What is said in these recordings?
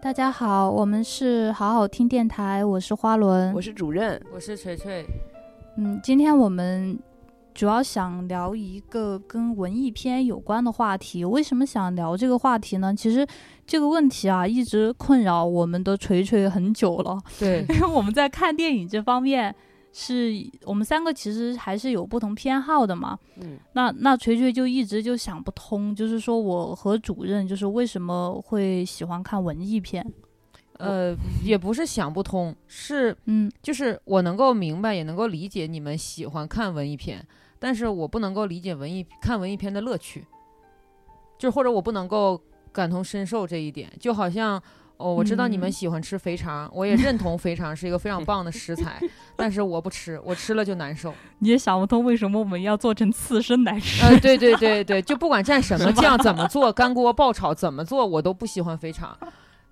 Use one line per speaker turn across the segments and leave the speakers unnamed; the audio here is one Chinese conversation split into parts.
大家好，我们是好好听电台，我是花轮，
我是主任，
我是锤锤。
嗯，今天我们主要想聊一个跟文艺片有关的话题。为什么想聊这个话题呢？其实这个问题啊，一直困扰我们的锤锤很久了，
对，
因为我们在看电影这方面。是我们三个其实还是有不同偏好的嘛，
嗯，
那那锤锤就一直就想不通，就是说我和主任就是为什么会喜欢看文艺片，
呃，也不是想不通，是
嗯
就是我能够明白，也能够理解你们喜欢看文艺片，但是我不能够理解文艺看文艺片的乐趣，就或者我不能够感同身受这一点，就好像。哦，我知道你们
嗯
喜欢吃肥肠，我也认同肥肠是一个非常棒的食材， 但是我不吃，我吃了就难受。
你也想不通为什么我们要做成刺身来 吃
呃，对对对对，就不管蘸什么酱、怎么做，干锅爆炒怎么做，我都不喜欢肥肠。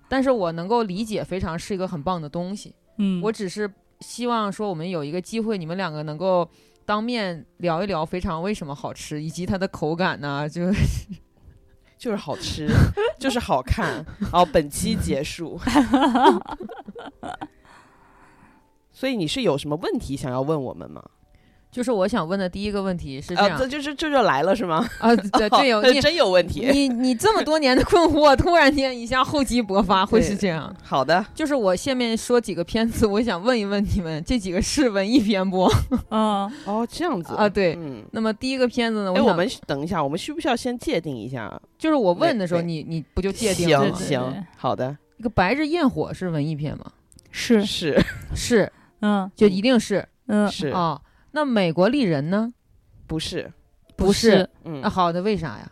但是我能够理解肥肠是一个很棒的东西，
嗯，
我只是希望说我们有一个机会，你们两个能够当面聊一聊肥肠为什么好吃，以及它的口感 呐、就
就是好吃，就是好看。好，本期结束。 所以你是有什么问题想要问我们吗？
就是我想问的第一个问题是这
啊，
样
这就是这就来了是吗？
啊， 对对有你
真有问题。
你你这么多年的困惑，突然间一下厚积薄发，会是这样。
好 的，
就是我下面说几个片子，我想问一问你们，这几个是文艺片不？
嗯
哦，这样子
啊对
嗯。
那么第一个片子呢，
哎，
想
我们等一下，我们需不需要先界定一下？
就是我问的时候，
对
你你不就界定了
行
吗？
对对
行，好的，
一个《白日焰火》是文艺片吗？
是
是呃
是，
嗯
就一定是
嗯
是
啊、那《美国丽人》呢？
不是？
不是。
嗯
那、，好的，为啥呀？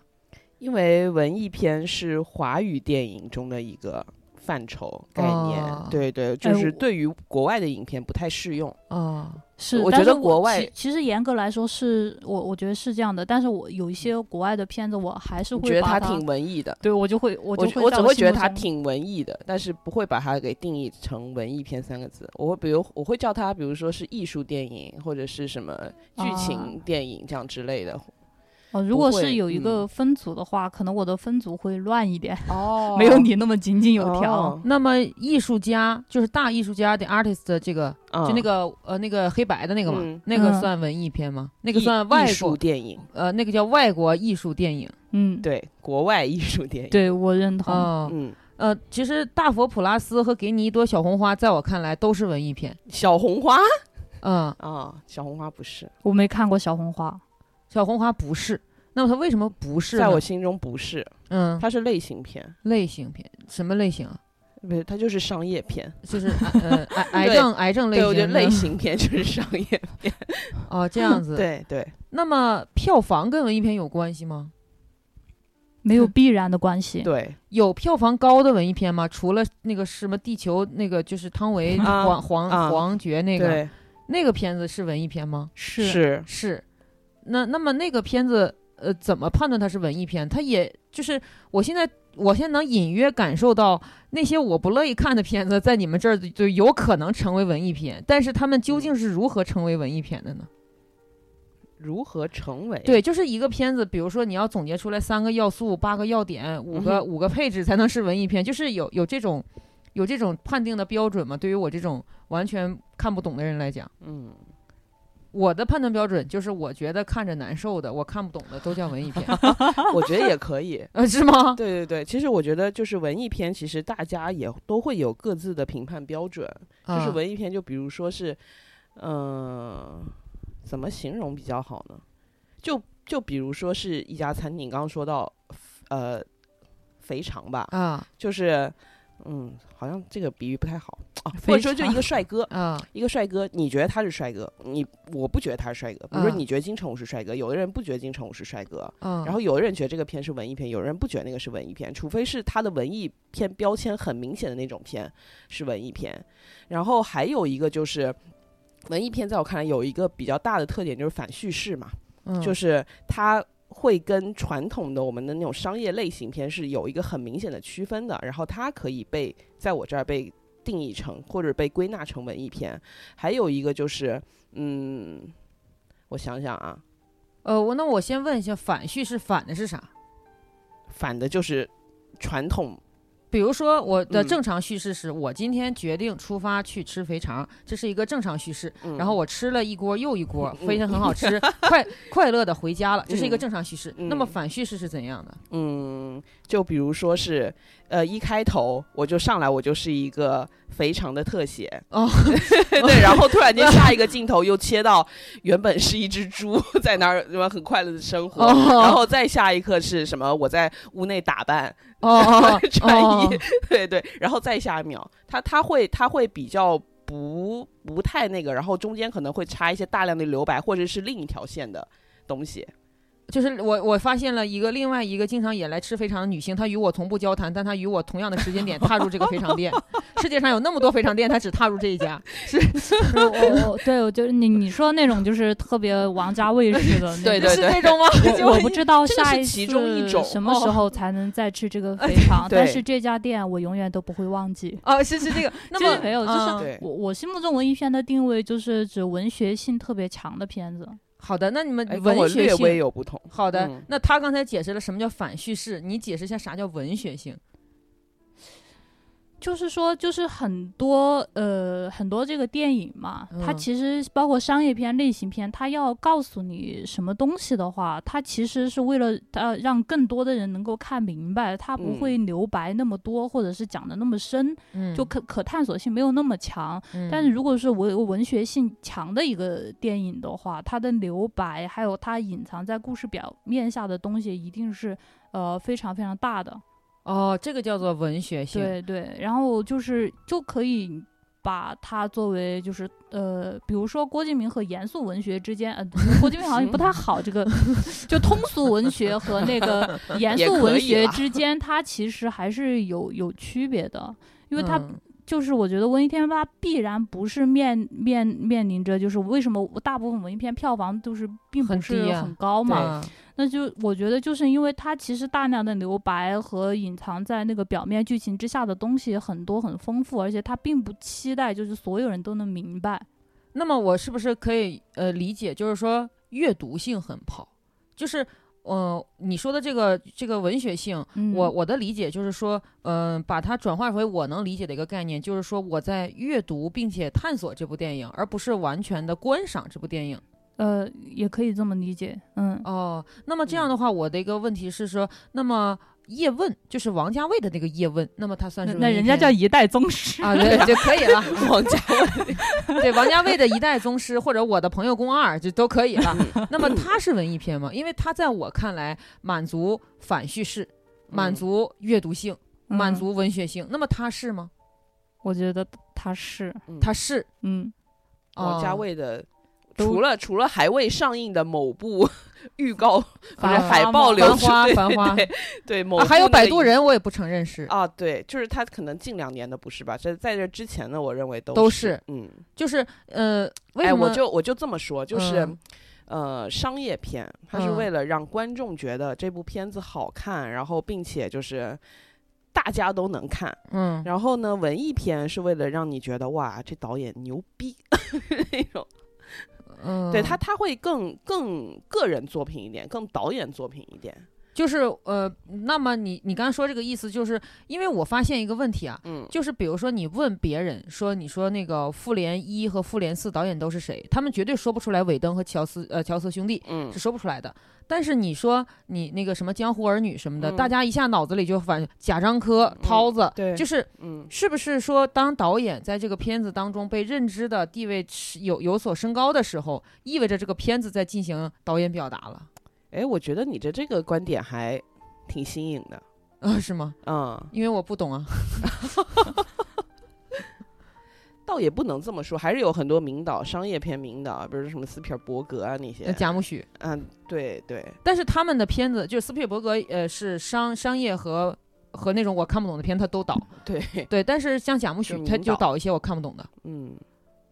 因为文艺片是华语电影中的一个范畴概念，
哦
对对，
哎
就是
我
对于国外的影片不太适用。
哦，
是，
我
但
觉得
是
国外
其其实严格来说是我我觉得是这样的，但是我有一些国外的片子我还是
我
会
嗯觉得
把
它
它
挺文艺的，
对我就会我就
我觉
会
我
在
只会
心
觉得
目
它
中
挺文艺的，但是不会把它给定义成文艺片三个字。我会比如我会叫它，比如说是艺术电影或者是什么剧情电影这样之类的。
哦，
不
如果
会
是有一个
嗯
分组的话，可能我的分组会乱一点，
哦
没有你那么井井有条。
哦
那么艺术家就是大艺术家的 artist 的这个，
嗯
就那个呃那个黑白的那个嘛，
嗯
那个
嗯
算文艺片吗？那
那
个算外
艺术
国
电影，
呃那个叫外国艺术电影
嗯，
对，国外艺术电影。
对，我认同。
哦。
嗯，
呃，其实《大佛普拉斯》和《给你一朵小红花》在我看来都是文艺片。
小红花
嗯，
啊、小红花不是，
我没看过小红花，
小红花不是，那么它为什么不是呢？
在我心中不是，
嗯，
它是类型片，
类型片什么类型啊？
不是，它就是商业片。
就是呃癌癌
对
症癌症类
对，
型
我觉得
呢
类型片就是 商业。
哦 这样子。，
对对，
那么票房跟文艺片有关系吗？
没有必然的关系。
嗯对，
有票房高的文艺片吗？除了那个什么地球那个就是汤唯、
啊
黄黄、
啊
黄觉那个
对
那个片子是文艺片吗？
是
是
是。那那么那个片子呃怎么判断它是文艺片？它也就是我现在。我现在能隐约感受到那些我不乐意看的片子，在你们这儿就有可能成为文艺片，但是他们究
嗯
竟是如何成为文艺片的呢？
如何成为
对，就是一个片子，比如说你要总结出来三个要素、八个要点、五个、
嗯哼
五个配置才能是文艺片，就是有有这种有这种判定的标准吗？对于我这种完全看不懂的人来讲，
嗯，
我的判断标准就是我觉得看着难受的、我看不懂的都叫文艺片，。
我觉得也可以
呃，是吗？
对对对，其实我觉得就是文艺片，其实大家也都会有各自的评判标准。就是
啊
文艺片，就比如说是，嗯，怎么形容比较好呢？就就比如说是一家餐厅，刚刚说到，呃，肥肠吧，
啊
就是，嗯，好像这个比喻不太好啊，
肥
或者说就一
肠
个帅哥，
啊
一个帅哥，你觉得他是帅哥，你我不觉得他是帅哥。比如说，
嗯
你觉得金城武是帅哥，有的人不觉得金城武是帅哥，
啊！
然后有的人觉得这个片是文艺片，有人不觉得那个是文艺片，除非是他的文艺片标签很明显的那种片是文艺片。然后还有一个就是。文艺片在我看来有一个比较大的特点，就是反叙事嘛，
嗯
就是它会跟传统的我们的那种商业类型片是有一个很明显的区分的，然后它可以被在我这儿被定义成或者被归纳成文艺片。还有一个就是，嗯，我想想啊，
呃，我那我先问一下，反叙事反的是啥？
反的就是传统
比如说我的
嗯
正常叙事是、我今天决定出发去吃肥肠，这是一个正常叙事。
嗯
然后我吃了一锅又一锅，
嗯
非常很好吃， 快快乐的回家了，这是一个
嗯
正常叙事。那么
嗯
反叙事是怎样的？
嗯，就比如说是，呃，一开头我就上来我就是一个肥肠的特写，
哦，
对，然后突然间下一个镜头又切到原本是一只猪在那儿什么很快乐的生活，
哦
然后再下一刻是什么我在屋内打扮，
哦哦
穿衣，对对，然后再下一秒，他他会他会比较不不太那个，然后中间可能会插一些大量的留白或者是另一条线的东西，
就是我我发现了一个另外一个经常也来吃肥肠的女性，她与我从不交谈，但她与我同样的时间点踏入这个肥肠店。 世界上有那么多肥肠店，她只踏入这一家。
我我我对我就是你你说那种就是特别王家卫式的那种，
对
是那种吗？就
我我不知道
这个
下
是
一
其中一
次
种哦
什么时候才能再吃这 个肥肠，
对
但是这家店我永远都不会忘记。
啊，是是这个。那
就是
么
没有就是
嗯
对
我我心目中文艺片的定位就是指文学性特别强的片子，
好的，那你们
哎跟我
文学
略微
性
有不同。
好的
嗯，
那他刚才解释了什么叫反叙事，你解释一下啥叫文学性？
就是说就是很多呃很多这个电影嘛，它
嗯
其实包括商业片、类型片，它要告诉你什么东西的话，它其实是为了呃让更多的人能够看明白，它不
嗯
会留白那么多，或者是讲的那么深，
嗯
就可可探索性没有那么强。但是
嗯
如果是文文学性强的一个电影的话，它的留白还有它隐藏在故事表面下的东西，一定是呃非常非常大的。
哦，这个叫做文学性。
对对，然后就是就可以把它作为就是呃，比如说郭敬明和严肃文学之间，呃，郭敬明好像也不太好，这个 就通俗文学和那个严
也
肃
可
文
以
学
啦
之间，它其实还是有有区别的，因为它
嗯
就是我觉得文艺片它必然不是面面面临着，就是为什么大部分文艺片票房都是并
很
不是
低啊
很高嘛？
嘛，
那就我觉得就是因为它其实大量的留白和隐藏在那个表面剧情之下的东西很多很丰富，而且它并不期待就是所有人都能明白。
那么我是不是可以呃理解，就是说阅读性很好，就是呃你说的这个这个文学性，
嗯，
我我的理解就是说，嗯、把它转化为我能理解的一个概念，就是说我在阅读并且探索这部电影，而不是完全的观赏这部电影。
呃也可以这么理解，嗯，
哦，那么这样的话，我的一个问题是说，那么叶问就是王家卫的那个叶问，那么他算
那
是
那
文艺
人家
片
叫一代宗师
啊， 对就可以了。
王家卫
对王家卫的一代宗师，或者我的朋友宫二，这都可以了。
嗯
那 么他是文艺片吗？因为他在我看来满足反叙事、 满
嗯
足阅读性、
嗯
满足文学性。那么他是吗？
我觉得他是，
他是
嗯，
王家
哦
卫的，
都
除了除了还未上映的某部预告 不是
繁花
海报
吗
流
繁
出，
花
对
繁花
对 对，某
啊，还
部
有
那
摆
个
渡
影
人，我也不承认是，
啊，对，就是他可能近两年的不是吧？在在这之前的，我认为都
都
是
是
嗯，
就是呃，为
哎，
什么
我就我就这么说，就是
嗯
呃，商业片，它是
嗯
为了让观众觉得这部片子好看，然后并且就是。大家都能看，
嗯，
然后呢，文艺片是为了让你觉得哇，这导演牛逼 那种，
嗯
对他，他会更更个人作品一点，更导演作品一点。
就是呃，那么你你刚才说这个意思，就是因为我发现一个问题啊，
嗯，
就是比如说你问别人说，你说那个《复联一》和《复联四》导演都是谁，他们绝对说不出来韦登和乔斯呃乔斯兄弟
嗯
是说不出来的。但是你说你那个什么《江湖儿女》什么的，
嗯
大家一下脑子里就反贾樟柯
嗯、
涛子，
对
就是
嗯
是不是说，当导演在这个片子当中被认知的地位是有有所升高的时候，意味着这个片子在进行导演表达了，
哎，我觉得你的这个观点还挺新颖的。
啊，是吗？
嗯，
因为我不 懂啊，
倒也不能这么说，还是有很多名导，商业片名导，比如说什么斯皮尔伯格啊那些。
贾木许。
嗯，对对，
但是他们的片子，就是斯皮尔伯格，呃，是商商业和和那种我看不懂的片，他都导。
对，
对，但是像贾木许
就，
他
明
就
导
导一些我看不懂的。
嗯，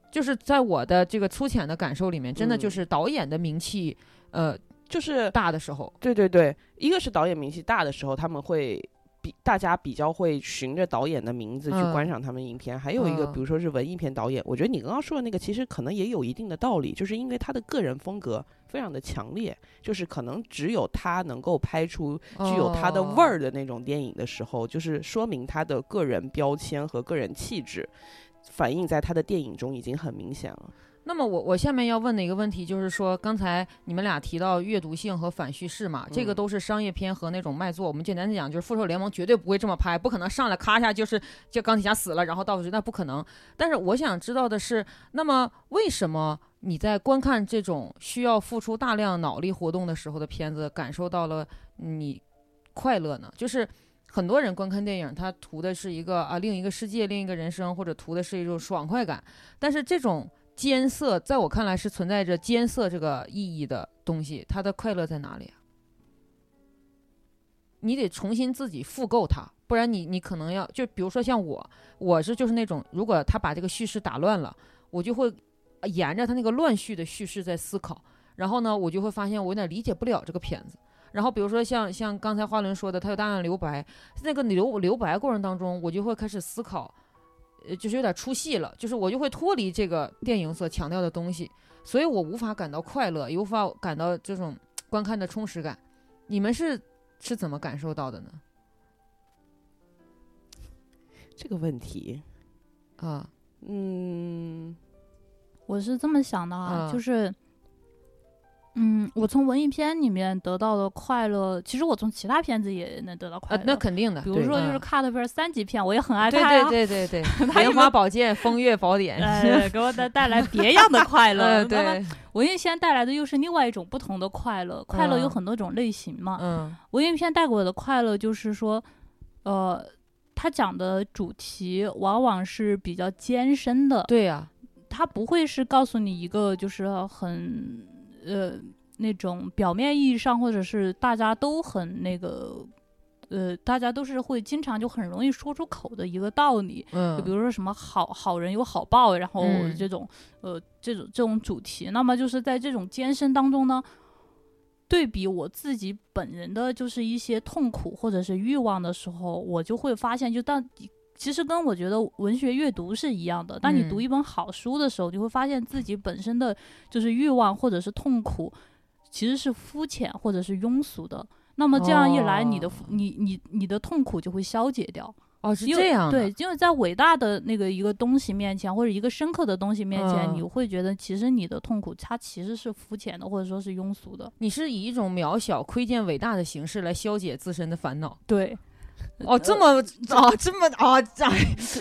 就是在我的这个粗浅的感受里面，真的就
嗯
是导演的名气，呃，
就是
大的时候，
对对对，一个是导演名气大的时候，他们会比大家比较会循着导演的名字去
嗯
观赏他们影片，还有一个，
嗯
比如说是文艺片导演，我觉得你刚刚说的那个其实可能也有一定的道理，就是因为他的个人风格非常的强烈，就是可能只有他能够拍出具有他
哦
的味儿的那种电影的时候，就是说明他的个人标签和个人气质反映在他的电影中已经很明显了。
那么我我下面要问的一个问题就是说，刚才你们俩提到阅读性和反叙事嘛，这个
嗯
都是商业片和那种卖座。我们简单的讲，就是《复仇者联盟》绝对不会这么拍，不可能上来咔一下就是就钢铁侠死了，然后到处那不可能。但是我想知道的是，那么为什么你在观看这种需要付出大量脑力活动的时候的片子，感受到了你快乐呢？就是很多人观看电影，他图的是一个啊另一个世界、另一个人生，或者图的是一种爽快感。但是这种艰涩，在我看来是存在着艰涩这个意义的东西，它的快乐在哪里啊？你得重新自己复购它，不然你你可能要就比如说像我，我是就是那种如果他把这个叙事打乱了，我就会呃沿着他那个乱序的叙事在思考，然后呢，我就会发现我有点理解不了这个片子。然后比如说像像刚才花轮说的，他有大量留白，那个留留白过程当中，我就会开始思考，呃，就是有点出戏了，就是我就会脱离这个电影所强调的东西，所以我无法感到快乐，也无法感到这种观看的充实感。你们是是怎么感受到的呢？
这个问题，
啊，
嗯，
我是这么想的啊，
嗯
就是，嗯，我从文艺片里面得到的快乐，其实我从其他片子也能得到快
呃
乐。，
那肯定的
比，如说就是
嗯
cut 片、三级片，我也很爱
对
看、啊。
对对对对，
他有
莲花宝剑、风月宝典，
哎，给我带带来别样的快乐。
呃，
那么
对，
文艺片带来的又是另外一种不同的快乐。快乐有很多种类型嘛。
嗯
文艺片带给我的快乐就是说，呃，它讲的主题往往是比较艰深的，
对呀，
它不会是告诉你一个就是很呃那种表面意义上或者是大家都很那个。呃，大家都是会经常就很容易说出口的一个道理，就
嗯，
比如说什么好好人有好报，然后
嗯
这种、呃这种这种主题，那么就是在这种艰深当中呢，对比我自己本人的就是一些痛苦或者是欲望的时候，我就会发现，就当其实跟我觉得文学阅读是一样的，当你
嗯
读一本好书的时候，你会发现自己本身的就是欲望或者是痛苦其实是肤浅或者是庸俗的。那么这样一来，你的、
哦
你你你的痛苦就会消解掉。
哦，是
因为
这样的，
对，因为在伟大的那个一个东西面前，或者一个深刻的东西面前，
嗯
你会觉得其实你的痛苦它其实是肤浅的，或者说是庸俗的。
你是以一种渺小、窥见伟大的形式来消解自身的烦恼。
对，呃
哦，这么哦，这么哦，这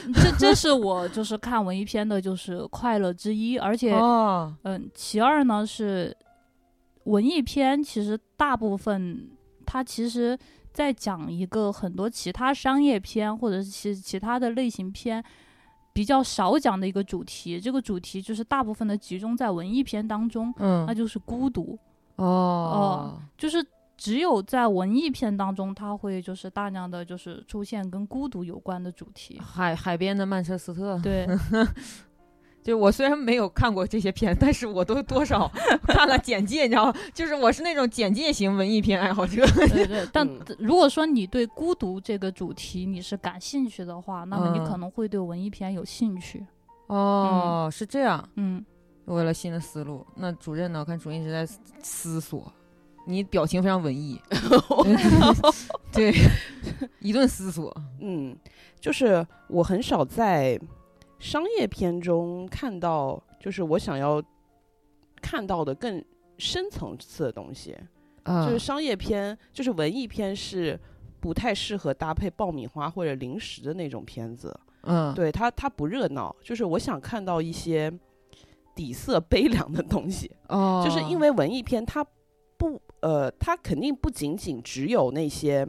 嗯这这是我就是看文艺片的就是快乐之一，而且、
哦，
嗯，其二呢是文艺片，其实大部分它其实在讲一个很多其他商业片或者是其其他的类型片比较少讲的一个主题，这个主题就是大部分的集中在文艺片当中，
嗯
那，就是孤独，
哦，
就是。只有在文艺片当中，它会就是大量的就是出现跟孤独有关的主题。
海海边的曼彻斯特，
对，
就我虽然没有看过这些片，但是我都多 少看了简介，你知道吗？就是我是那种简介型文艺片爱好者。
对对，但
嗯
如果说你对孤独这个主题你是感兴趣的话，那
嗯
么你可能会对文艺片有兴趣。
哦，是这样，
嗯，
我有了新的思路。那主任呢？我看主任一直在思思索，你表情非常文艺， 对，一顿思 索。
嗯，就是我很少在商业片中看到，就是我想要看到的更深层次的东西。
啊
就是商业片，就是文艺片是不太适合搭配爆米花或者零食的那种片子。
嗯，
对它，它不热闹。就是我想看到一些底色悲凉的东西。
哦，
就是因为文艺片它不呃，它肯定不仅仅只有那些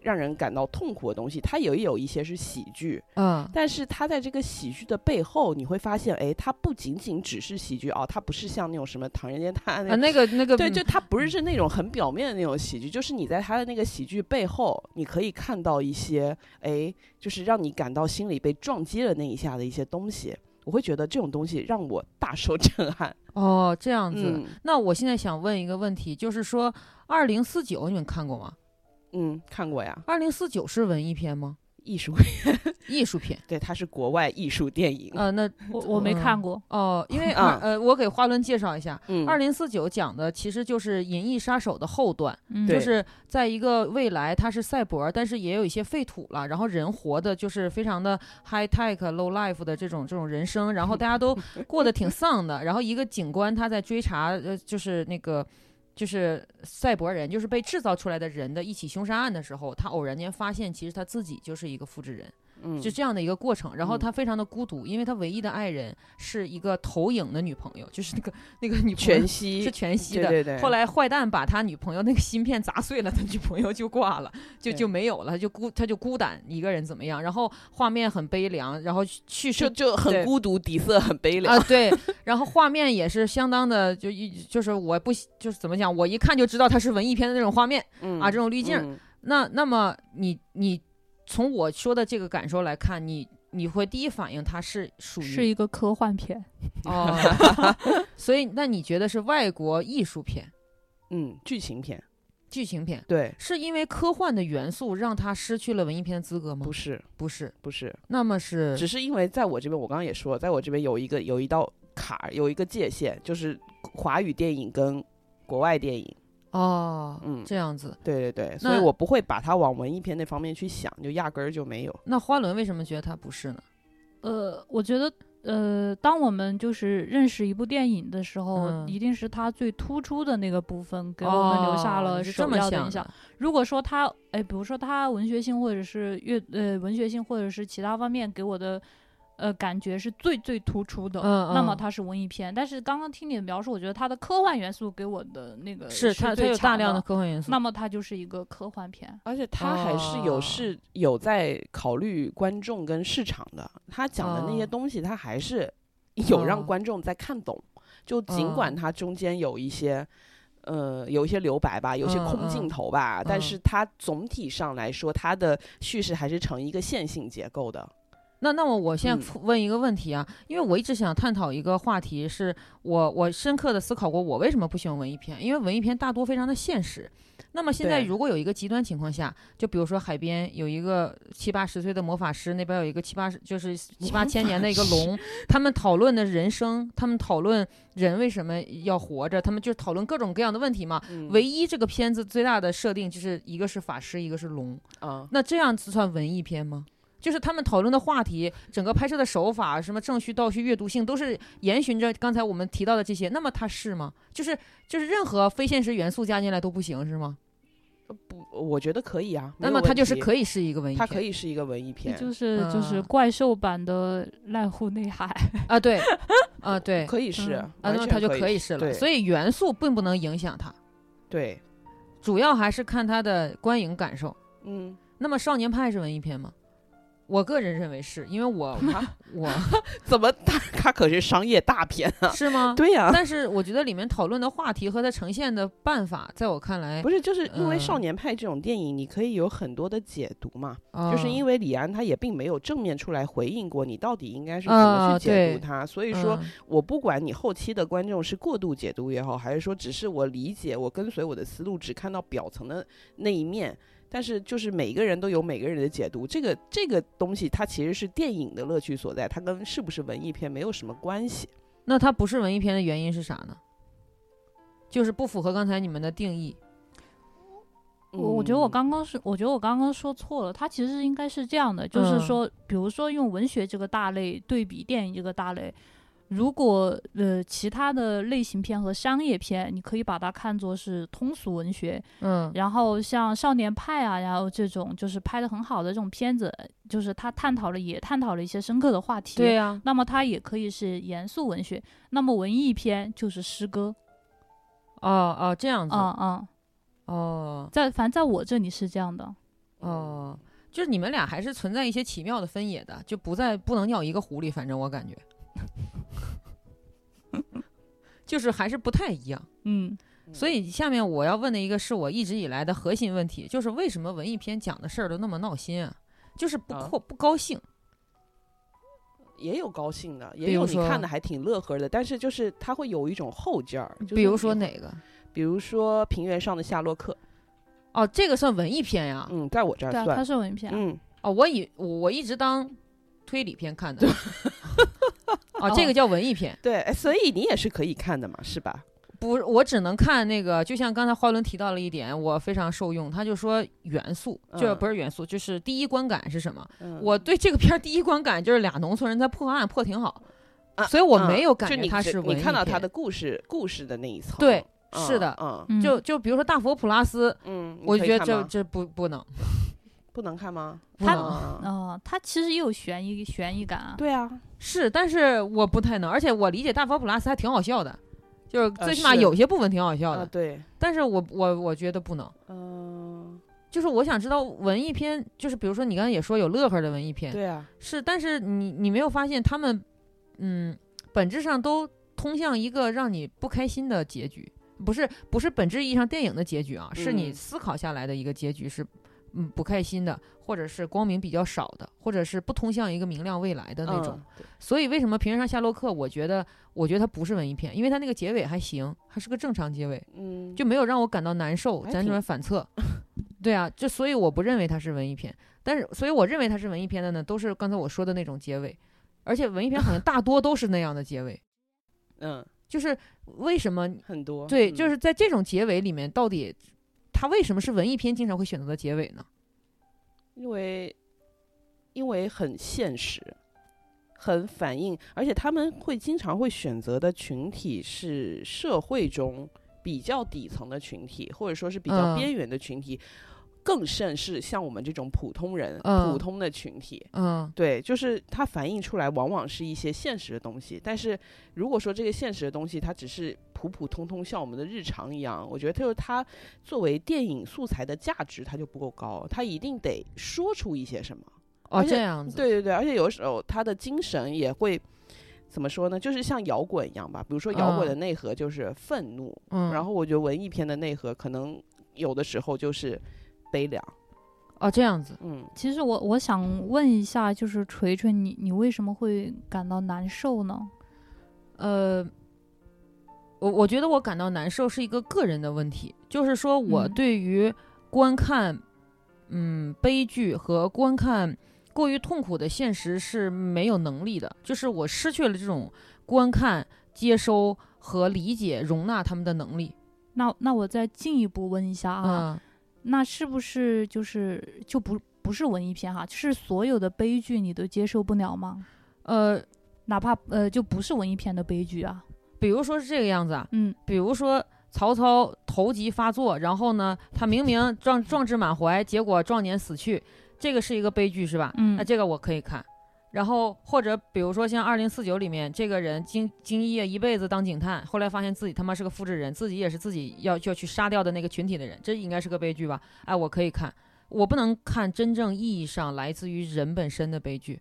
让人感到痛苦的东西，它也有一些是喜剧。
嗯，
但是它在这个喜剧的背后，你会发现，哎，它不仅仅只是喜剧哦，它不是像那种什么《唐人街探案》那
啊，
种。
那个那个，
对，就它不是是那种很表面的那种喜剧，就是你在它的那个喜剧背后，你可以看到一些，哎，就是让你感到心里被撞击了那一下的一些东西。我会觉得这种东西让我大受 震撼。
哦，这样子。
嗯，
那我现在想问一个问题，就是说，二零四九你们看过吗？
嗯，看过呀，
二零四九是文艺片吗？
艺术，
艺术片。
对，它是国外艺术电影。
呃，那
我我没看过，
哦、因为
嗯啊
二、呃，我给花轮介绍一下，
嗯，
二零四九讲的其实就是《银翼杀手》的后段，
嗯，
对
就是在一个未来，它是赛博，但是也有一些废土了，然后人活的就是非常的 high tech low life 的这种这种人生，然后大家都过得挺丧的。然后一个警官他在追查，呃，就是那个。就是赛博人，就是被制造出来的人的一起凶杀案的时候，他偶然间发现，其实他自己就是一个复制人。
嗯
就这样的一个过程。然后
嗯
他非常的孤独，因为他唯一的爱人是一个投影的女朋友，就是那个那个女朋友
全息
是全息
对
的。
对对。
后来坏蛋把他女朋友那个芯片砸碎了，他女朋友就挂了，就
对
就没有了，他就孤他就孤单一个人怎么样？然后画面很悲凉，然后去世
就就很
对
孤独，底色很悲凉。
啊，对，然后画面也是相当的，就一就是我不喜就是怎么讲，我一看就知道它是文艺片的那种画面
嗯
啊，这种滤镜，
嗯
那那么你你从我说的这个感受来看，你你会第一反应它是属于
是一个科幻片，
哦，所以那你觉得是外国艺术片、
嗯，剧情片
剧情片，
对，
是因为科幻的元素让它失去了文艺片的资格吗？
不
是，
是
不是，
不是，
那么是
只是因为在我这边，我刚刚也说，在我这边有一个有一道坎儿，有一个界限，就是华语电影跟国外电影。
哦，
嗯
这样子。
对对对，所以
那
我不会把它往文艺片那方面去想，就压根儿就没有。
那花轮为什么觉得它不是呢？
呃，我觉得。呃，当我们就是认识一部电影的时候，
嗯
一定是它最突出的那个部分给我们留下
哦
了
你是这
首
么
要的
想
印象。
的
如果说它，哎，比如说它文学性或者是乐呃文学性或者是其他方面给我的呃感觉是最最突出的，
嗯
那么
嗯
它是文艺片。但是刚刚听你的描述，我觉得它的科幻元素给我的那个
是它它
最
有
强
大量
的
的，科幻元素。
那么它就是一个科幻片。
而且他还是有
哦
是有在考虑观众跟市场的，他讲的那些
哦
东西，他还是有让
哦
观众在看懂。就尽管
哦
他中间有一些，呃，有一些留白吧，有些
嗯
空镜
嗯
头吧，但
嗯
是它总体上来说，它的叙事还是呈一个线性结构的。
那那么我现
嗯
在问一个问题啊，因为我一直想探讨一个话题，是我我深刻的思考过，我为什么不喜欢文艺片？因为文艺片大多非常的现实。那么现在
对
如果有一个极端情况下，就比如说海边有一个七八十岁的魔法师，那边有一个七八十就是七八千年的一个龙，他们讨论的人生，他们讨论人为什么要活着，他们就是讨论各种各样的问题嘛。
嗯
唯一这个片子最大的设定就是一个是法师，一个是龙。
啊，
那这样子算文艺片吗？就是他们讨论的话题，整个拍摄的手法，什么正序、倒序、阅读性，都是沿循着刚才我们提到的这些。那么它是吗？就是就是任何非现实元素加进来都不行是吗？
不，我觉得可以啊。没
那
有
么它
问
就是
题，
可以是一个文艺
它
片，
可以是一个文艺
这
片，
就是就是
嗯
怪兽版的濑户内海，
啊，对，啊对，
可以是，
嗯
啊
完
那么
全
它就
可
可以是
对
了。所以元素并不能影响它，
对，
主要还是看它的观影感受。
嗯，
那么《少年派》是文艺片吗？我个人认为是，因为我
啊
我
怎么它它可是商业大片啊？
是吗？
对呀、
但是我觉得里面讨论的话题和它呈现的办法，在我看来
不，是，就是因为《少
嗯
年派》这种电影，你可以有很多的解读嘛。就是因
为
为李安他也并没有正面出来回应过你到底应该是怎
啊
么去解
对嗯
读它，所以说我不管你后期的观众是过度解读也好，还是说只是我理解，我跟随我的思路只看到表层的那一面。但是就是每个人都有每个人的解读，这个这个东西它其实是电影的乐趣所在，它跟是不是文艺片没有什么关系。
那它不是文艺片的原因是啥呢？就是不符合刚才你们的定义。
我我觉得我
嗯
刚刚是，我觉得我刚刚说错了，它其实应该是这样的，就是
嗯
说，比如说用文学这个大类对比电影这个大类，如果呃其他的类型片和商业片，你可以把它看作是通俗文学，
嗯
然后像少年派啊，然后这种就是拍的很好的这种片子，就是它探讨了也探讨了一些深刻的话题，
对
啊
呀、
那么它也可以是严肃文学，那么文艺片就是诗歌，
哦哦，这样子，
嗯嗯，
哦
在反正在我这里是这样的，
哦，就是你们俩还是存在一些奇妙的分野的，就不在不能尿一个壶里，反正我感觉， 就是还是不太一样。
嗯。
所以下面我要问的一个是我一直以来的核心问题，就是为什么文艺片讲的事儿都那么闹心啊？就是不
啊
阔不高兴。
也有高兴的，也
比
有
如
你
说
看的还挺乐呵的，但是就是它会有一种后劲儿。就是
嗯比如
你
说
会
哪个？
比如说《平原上的夏洛克》，
哦，这个算文艺片呀？
嗯，在我这儿
对啊，
算
它，是文艺片啊、
嗯，
哦，我以我我一直当推理片看的。哦，这个叫文艺片，
对，哎所以你也是可以看的嘛，是吧？
不是，我只能看那个，就像刚才花轮提到了一点，我非常受用。他就说元素，就
嗯
不是元素，就是第一观感是什么？
嗯
我对这个片儿第一观感就是俩农村人在破案，破挺好，
啊
所以我
嗯
没有感
就
觉
你
它
只
是文
你
艺
看到
片
他的故事故事的那一层，
对
嗯，
是的
嗯
嗯
就就比如说大佛普拉斯，
嗯，你
我
可
就
以
觉得
看
这
吗
这不不能，
不能看吗？
不
他
能
嗯
哦，它其实也有悬疑悬疑感啊。
对啊，
是，但是我不太能，而且我理解大佛普拉斯还挺好笑的，就是
呃
最起码
是
有些部分挺好笑的，
啊对，
但是我我我觉得不能，
嗯，
就是我想知道文艺片，就是比如说你刚才也说有乐呵的文艺片，
对啊，
是，但是你你没有发现他们，嗯，本质上都通向一个让你不开心的结局，不是不是本质意义上电影的结局啊，是你
嗯
思考下来的一个结局是，嗯，不开心的，或者是光明比较少的，或者是不通向一个明亮未来的那种。
嗯对
所以为什么《平原上夏洛克》，我觉得我觉得它不是文艺片，因为它那个结尾还行，还是个正常结尾，
嗯，
就没有让我感到难受，
还
辗
挺
转 反侧。对啊，就所以我不认为它是文艺片，但是所以我认为它是文艺片的呢，都是刚才我说的那种结尾，而且文艺片好像大多都是那样的结尾，
嗯
就是为什么？
很多，
对，就
嗯
是在这种结尾里面，到底它为什么是文艺片经常会选择的结尾呢？
因为因为很现实，很反映，而且他们会经常会选择的群体是社会中比较底层的群体，或者说是比较
嗯
边缘的群体，更甚是像我们这种普通人、
嗯
普通的群体。
嗯
对，就是它反映出来往往是一些现实的东西，但是如果说这个现实的东西它只是普普通通像我们的日常一样，我觉得它就是它作为电影素材的价值它就不够高，它一定得说出一些什么。
哦，
而且
这样子，
对对对，而且有时候它的精神也会怎么说呢？就是像摇滚一样吧，比如说摇滚的内核就是愤怒，
嗯，
然后我觉得文艺片的内核可能有的时候就是悲凉。
哦，这样子，
嗯，
其实我我想问一下，就是锤锤你，你为什么会感到难受呢？
呃，我我觉得我感到难受是一个个人的问题，就是说我
嗯
对于观看，嗯悲剧和观看过于痛苦的现实是没有能力的，就是我失去了这种观看、接收和理解、容纳他们的能力
那那我再进一步问一下啊，
啊、
那是不是就是就不不是文艺片哈，就是所有的悲剧你都接受不了吗？
呃，
哪怕呃就不是文艺片的悲剧啊，
比如说是这个样子啊，
嗯，
比如说曹操投机发作，然后呢，他明明壮壮志满怀，结果壮年死去，这个是一个悲剧，是吧？
嗯
那这个我可以看。然后或者比如说像《二零四九》里面，这个人经经业一辈子当警探，后来发现自己他妈是个复制人，自己也是自己要就要去杀掉的那个群体的人，这应该是个悲剧吧？哎，我可以看，我不能看真正意义上来自于人本身的悲剧，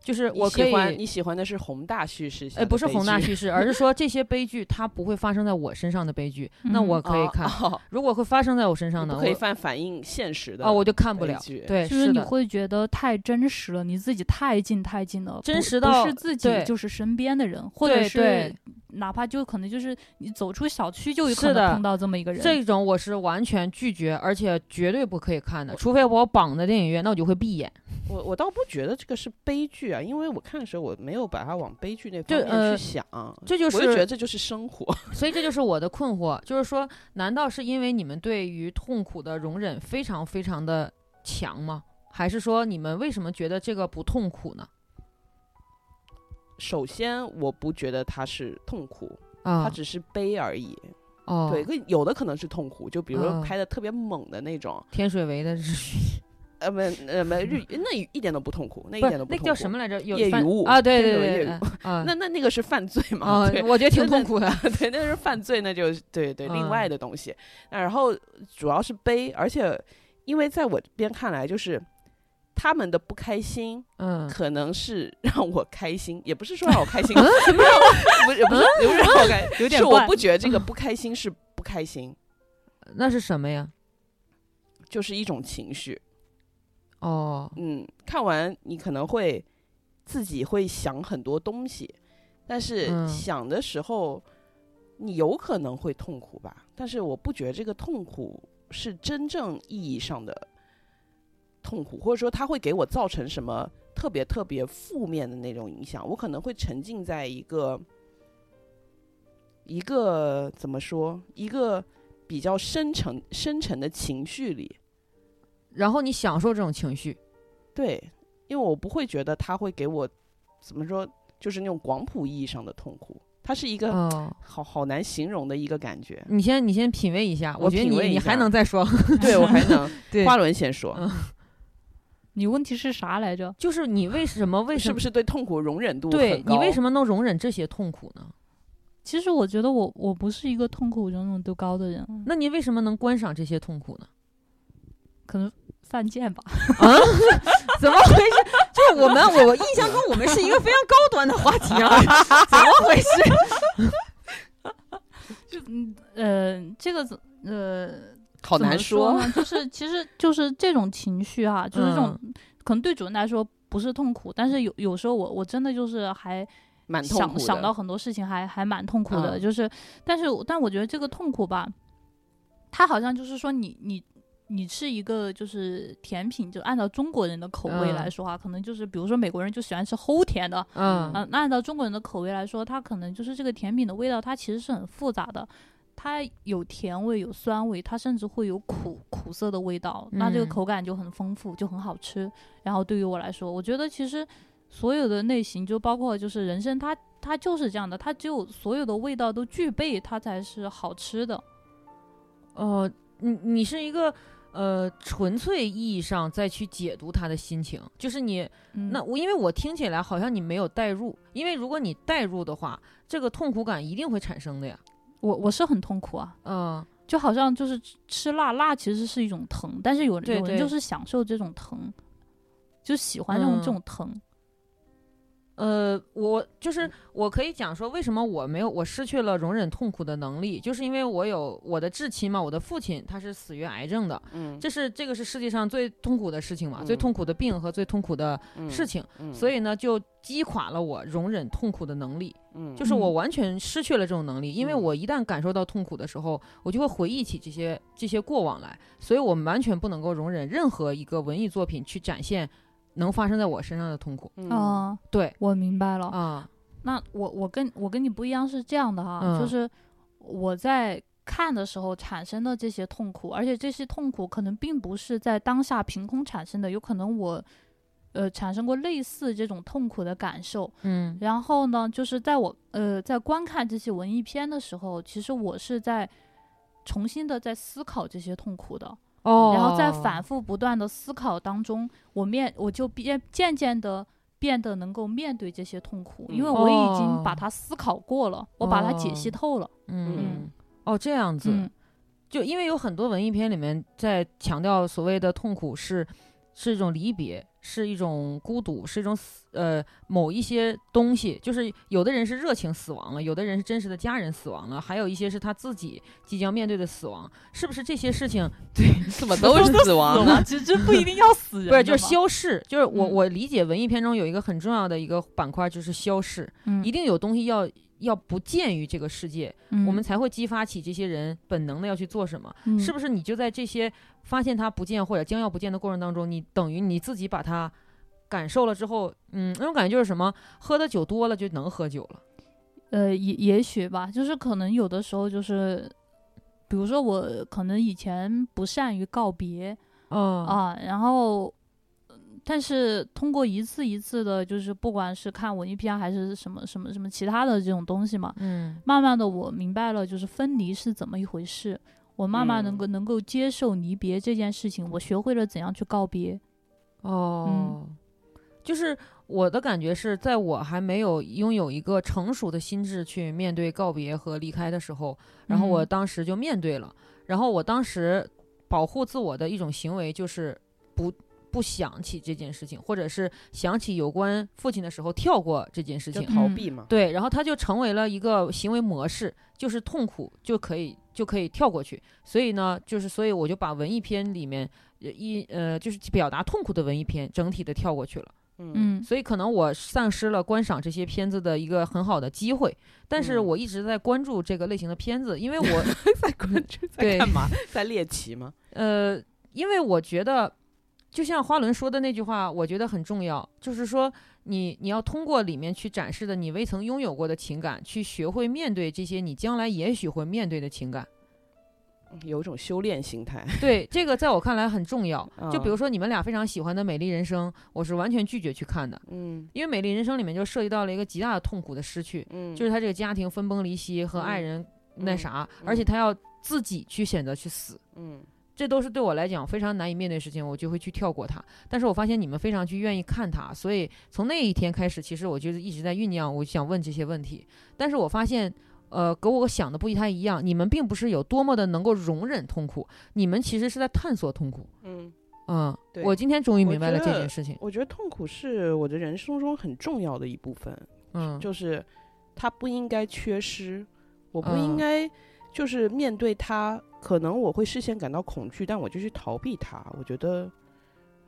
就是
你
我
喜
可以
欢你喜欢的是宏大叙事下
呃，
的
不是
悲
宏大
剧，
叙事，而是说这些悲剧它不会发生在我身上的悲剧，那
嗯
我可以
哦
看。
哦
如果会发生在我身上
你
呢，
不可以
我
反反映现实的
啊，我就看不
悲
了
剧。
对，
就是你
的，
会觉得太真实了，你自己太近太近了，
真
不
实
不
到
是自
对
己就是身边的人，或者
对
是
对
哪怕就可能就是你走出小区就有
是
可
的
能碰到这么一个人，
这种我是完全拒绝，而且绝对不可以看的，除非把我绑在电影院，那我就会闭眼。
我我倒不觉得这个是悲剧啊，因为我看的时候我没有把它往悲剧那
就
方面
呃
去想，
这就
我就觉得
是，
这就是生活。
所以这就是我的困惑，就是说，难道是因为你们对于痛苦的容忍非常非常的强吗？还是说你们为什么觉得这个不痛苦呢？
首先，我不觉得它是痛苦，它
啊，
只是悲而已。
哦，
对，跟有的可能是痛苦，就比如说
嗯
拍的特别猛的那 种，
天水围的日语。
呃，没呃没日语，那一点都不痛苦，那一
不是
点都不
那
痛苦。
叫什么？来着？有
业
犯
余舞
啊，对
这
对
种
对
业
对
余
啊，
那那那个是犯罪嘛？
啊
对，
我觉得挺
真的
痛苦的。
对，那是犯罪，那就是对对另外
嗯
的东西。那然后主要是悲，而且因为在我这边看来，就是他们的不开心
嗯，
可能是 让我开心，也不是说让我开心， 什 么让我
嗯
不是不是不是让我开心，
有点
是我
怪
不觉得这个不开心是不开心，
那是什么呀？
就是一种情绪。
哦，
嗯，看完你可能会自己会想很多东西，但是
嗯
想的时候，你有可能会痛苦吧？但是我不觉得这个痛苦是真正意义上的痛苦，或者说它会给我造成什么特别特别负面的那种影响。我可能会沉浸在一个一个怎么说一个比较深沉深沉的情绪里，
然后你享受这种情绪，
对，因为我不会觉得它会给我怎么说，就是那种广谱意义上的痛苦，它是一个
哦，
好好难形容的一个感觉。
你先你先品味一下，
我
我觉得
品
你
味一
你还
下
能再 说，
对我还能
嗯 对，
花轮先说，
你问题是啥来着？
就是你为什么为什
是不
么
是对痛苦容忍度
嗯对你为什
么？
么能容忍这些痛苦呢？
其实我觉得我我不是一个痛苦容忍度高的人，
嗯
那你为什么能观赏这些痛苦呢？
可能犯贱吧。
怎么回事？ 就是我们，我我印象中我们是一个非常高端的话题 啊，怎么回事？
呃，这个怎呃
好
怎么
难
说
说。
呢，就是其实 就是这种情绪哈、就是这种、
嗯
可能对主人来说不是痛苦，但是有有时候我我真的就是还
蛮痛苦
想
的。
想到很多事情还还蛮痛苦的，
嗯
就是，但是我但我觉得这个痛苦吧，它好像就是说你你你是一个就是甜品，就按照中国人的口味
嗯
来说啊，可能就是比如说美国人就喜欢吃齁甜的，
嗯
嗯，那按照中国人的口味来说，它可能就是这个甜品的味道，它其实是很复杂的，它有甜味，有酸味，它甚至会有苦苦涩的味道，那这个
嗯
口感就很丰富，就很好吃。然后对于我来说，我觉得其实所有的类型，就包括就是人生它，它就是这样的，它只有所有的味道都具备，它才是好吃的。
哦，你你是一个呃纯粹意义上再去解读他的心情，就是你
嗯，
那我因为我听起来好像你没有代入，因为如果你代入的话，这个痛苦感一定会产生的呀。
我我是很痛苦啊，
嗯，
就好像就是吃吃辣，辣其实是一种疼，但是有人
对
有人
对
就是享受这种疼，就喜欢这种、
嗯
这种疼。
呃，我
嗯
就是我可以讲说，为什么我没有我失去了容忍痛苦的能力，就是因为我有我的至亲嘛，我的父亲他是死于癌症的，
嗯，
这是这个是世界上最痛苦的事情嘛，
嗯
最痛苦的病和最痛苦的
嗯
事，情，
嗯
所以呢就击垮了我容忍痛苦的能力，
嗯
就是
嗯
我完全失去了这种能力，因为
嗯
我一旦感受到痛苦的时候，我就会回忆起这些这些过往来，所以我们完全不能够容忍任何一个文艺作品去展现能发生在我身上的痛苦。
嗯
啊、
对
我明白了。
啊，
那我我跟我跟你不一样是这样的哈，
嗯
就是我在看的时候产生的这些痛苦，而且这些痛苦可能并不是在当下凭空产生的，有可能我呃产生过类似这种痛苦的感受。
嗯
然后呢，就是在我呃在观看这些文艺片的时候，其实我是在重新的在思考这些痛苦的。
哦，
然后在反复不断的思考当中，我面我就变渐渐的变得能够面对这些痛苦，因为
嗯
我已经把
哦
它思考过了，我把它解析
哦
透了。
嗯
嗯
哦这样子，
嗯
就因为有很多文艺片里面在强调所谓的痛苦是是一种离别，是一种孤独，是一种死呃某一些东西，就是有的人是热情死亡了，有的人是真实的家人死亡了，还有一些是他自己即将面对的死亡，是不是这些事情
怎么都是死亡 呢？
只是不一定要死人
啊不是就是
修，
消逝？就是我、
嗯
我理解文艺片中有一个很重要的一个板块就是消逝，
嗯
一定有东西要要不见于这个世界，
嗯
我们才会激发起这些人本能的要去做什么。
嗯
是不是你就在这些发现它不见或者将要不见的过程当中，你等于你自己把它感受了之后，嗯，那种感觉就是什么？喝的酒多了就能喝酒了，
呃，也也许吧，就是可能有的时候就是，比如说我可能以前不善于告别，
嗯
啊，然后，但是通过一次一次的，就是不管是看文艺片还是什么什么什么其他的这种东西嘛，
嗯
慢慢的我明白了，就是分离是怎么一回事。我慢慢能够、
嗯
能够接受离别这件事情，我学会了怎样去告别。
哦，就是我的感觉是在我还没有拥有一个成熟的心智去面对告别和离开的时候，然后我
嗯
当时就面对了，然后我当时保护自我的一种行为就是不不想起这件事情，或者是想起有关父亲的时候跳过这件事
就
情，
逃避嘛。
嗯对，然后它就成为了一个行为模式，就是痛苦就可以就可以跳过去。所以呢，就是所以我就把文艺片里面呃一呃就是表达痛苦的文艺片整体的跳过去了。
嗯
嗯
所以可能我丧失了观赏这些片子的一个很好的机会。但是
嗯
我一直在关注这个类型的片子，因为我
在关注在
对
干 嘛？在猎奇吗？
呃，因为我觉得，就像花轮说的那句话，我觉得很重要，就是说你你要通过里面去展示的你未曾拥有过的情感，去学会面对这些你将来也许会面对的情感。
有一种修炼心态。
对，这个在我看来很重要。就比
嗯
如说你们俩非常喜欢的《美丽人生》，我是完全拒绝去看的，
嗯
因为《美丽人生》里面就涉及到了一个极大的痛苦的失去，
嗯，
就是他这个家庭分崩离析和爱
嗯
人那
嗯
啥，而且
嗯
他要自己去选择去死。
嗯
这都是对我来讲非常难以面对的事情，我就会去跳过它。但是我发现你们非常去愿意看它，所以从那一天开始，其实我就是一直在酝酿，我想问这些问题。但是我发现，呃，跟我想的不太一样。你们并不是有多么的能够容忍痛苦，你们其实是在探索痛苦。
嗯，
嗯，
对
我今天终于明白了
我
这
觉得
件事情。
我觉得痛苦是我的人生中很重要的一部分，
嗯，
就是它不应该缺失，我不
嗯
应该就是面对它，可能我会事先感到恐惧，但我就去逃避它，我觉得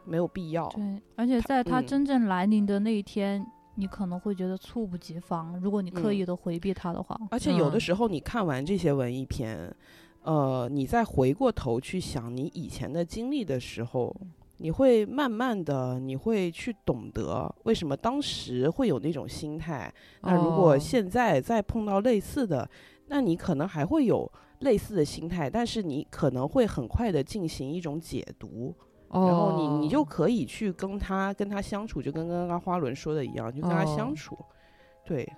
没有必要。
哦
对，而且在它
嗯
真正来临的那一天，你可能会觉得猝不及防，如果你刻
嗯
意的回避它的话，
而且有的
嗯
时候，你看完这些文艺片，呃，你再回过头去想你以前的经历的时候，你会慢慢的，你会去懂得为什么当时会有那种心态。那如果
哦
现在再碰到类似的，那你可能还会有类似的心态，但是你可能会很快的进行一种解读，然后你你就
哦
可以去跟他跟他相处，就跟刚刚花轮说的一样，就跟他
哦
相处。对，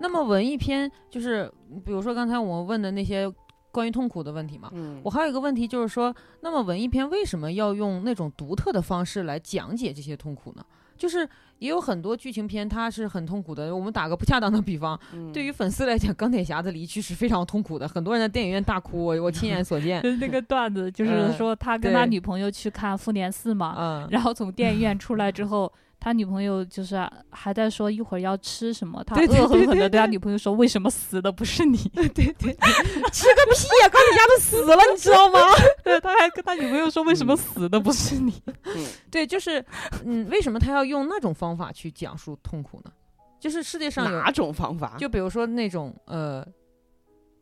那么文艺片就是，比如说刚才我问的那些关于痛苦的问题嘛，
嗯
我还有一个问题就是说，那么文艺片为什么要用那种独特的方式来讲解这些痛苦呢？就是也有很多剧情片它是很痛苦的。我们打个不恰当的比方，对于粉丝来讲，钢铁侠的离去是非常痛苦的，很多人在电影院大哭，我我亲眼所 见。
就是那个段子，就是
嗯
说他跟他
对
女朋友去看《复联四》嘛，
嗯，
然后从电影院出来之后，他女朋友就是还在说一会儿要吃什么，他
对对
恶狠
对
狠的
对
对他
对
女朋友说：“为什么死的不是 你
吃个屁呀、钢铁侠都死了，你知道吗？？”
对，他还跟他女朋友说：“为什么
嗯
死的不是你
嗯
对，就是，嗯，为什么他要用那种方法去讲述痛苦呢？就是世界上有
哪种方法？
就比如说那种呃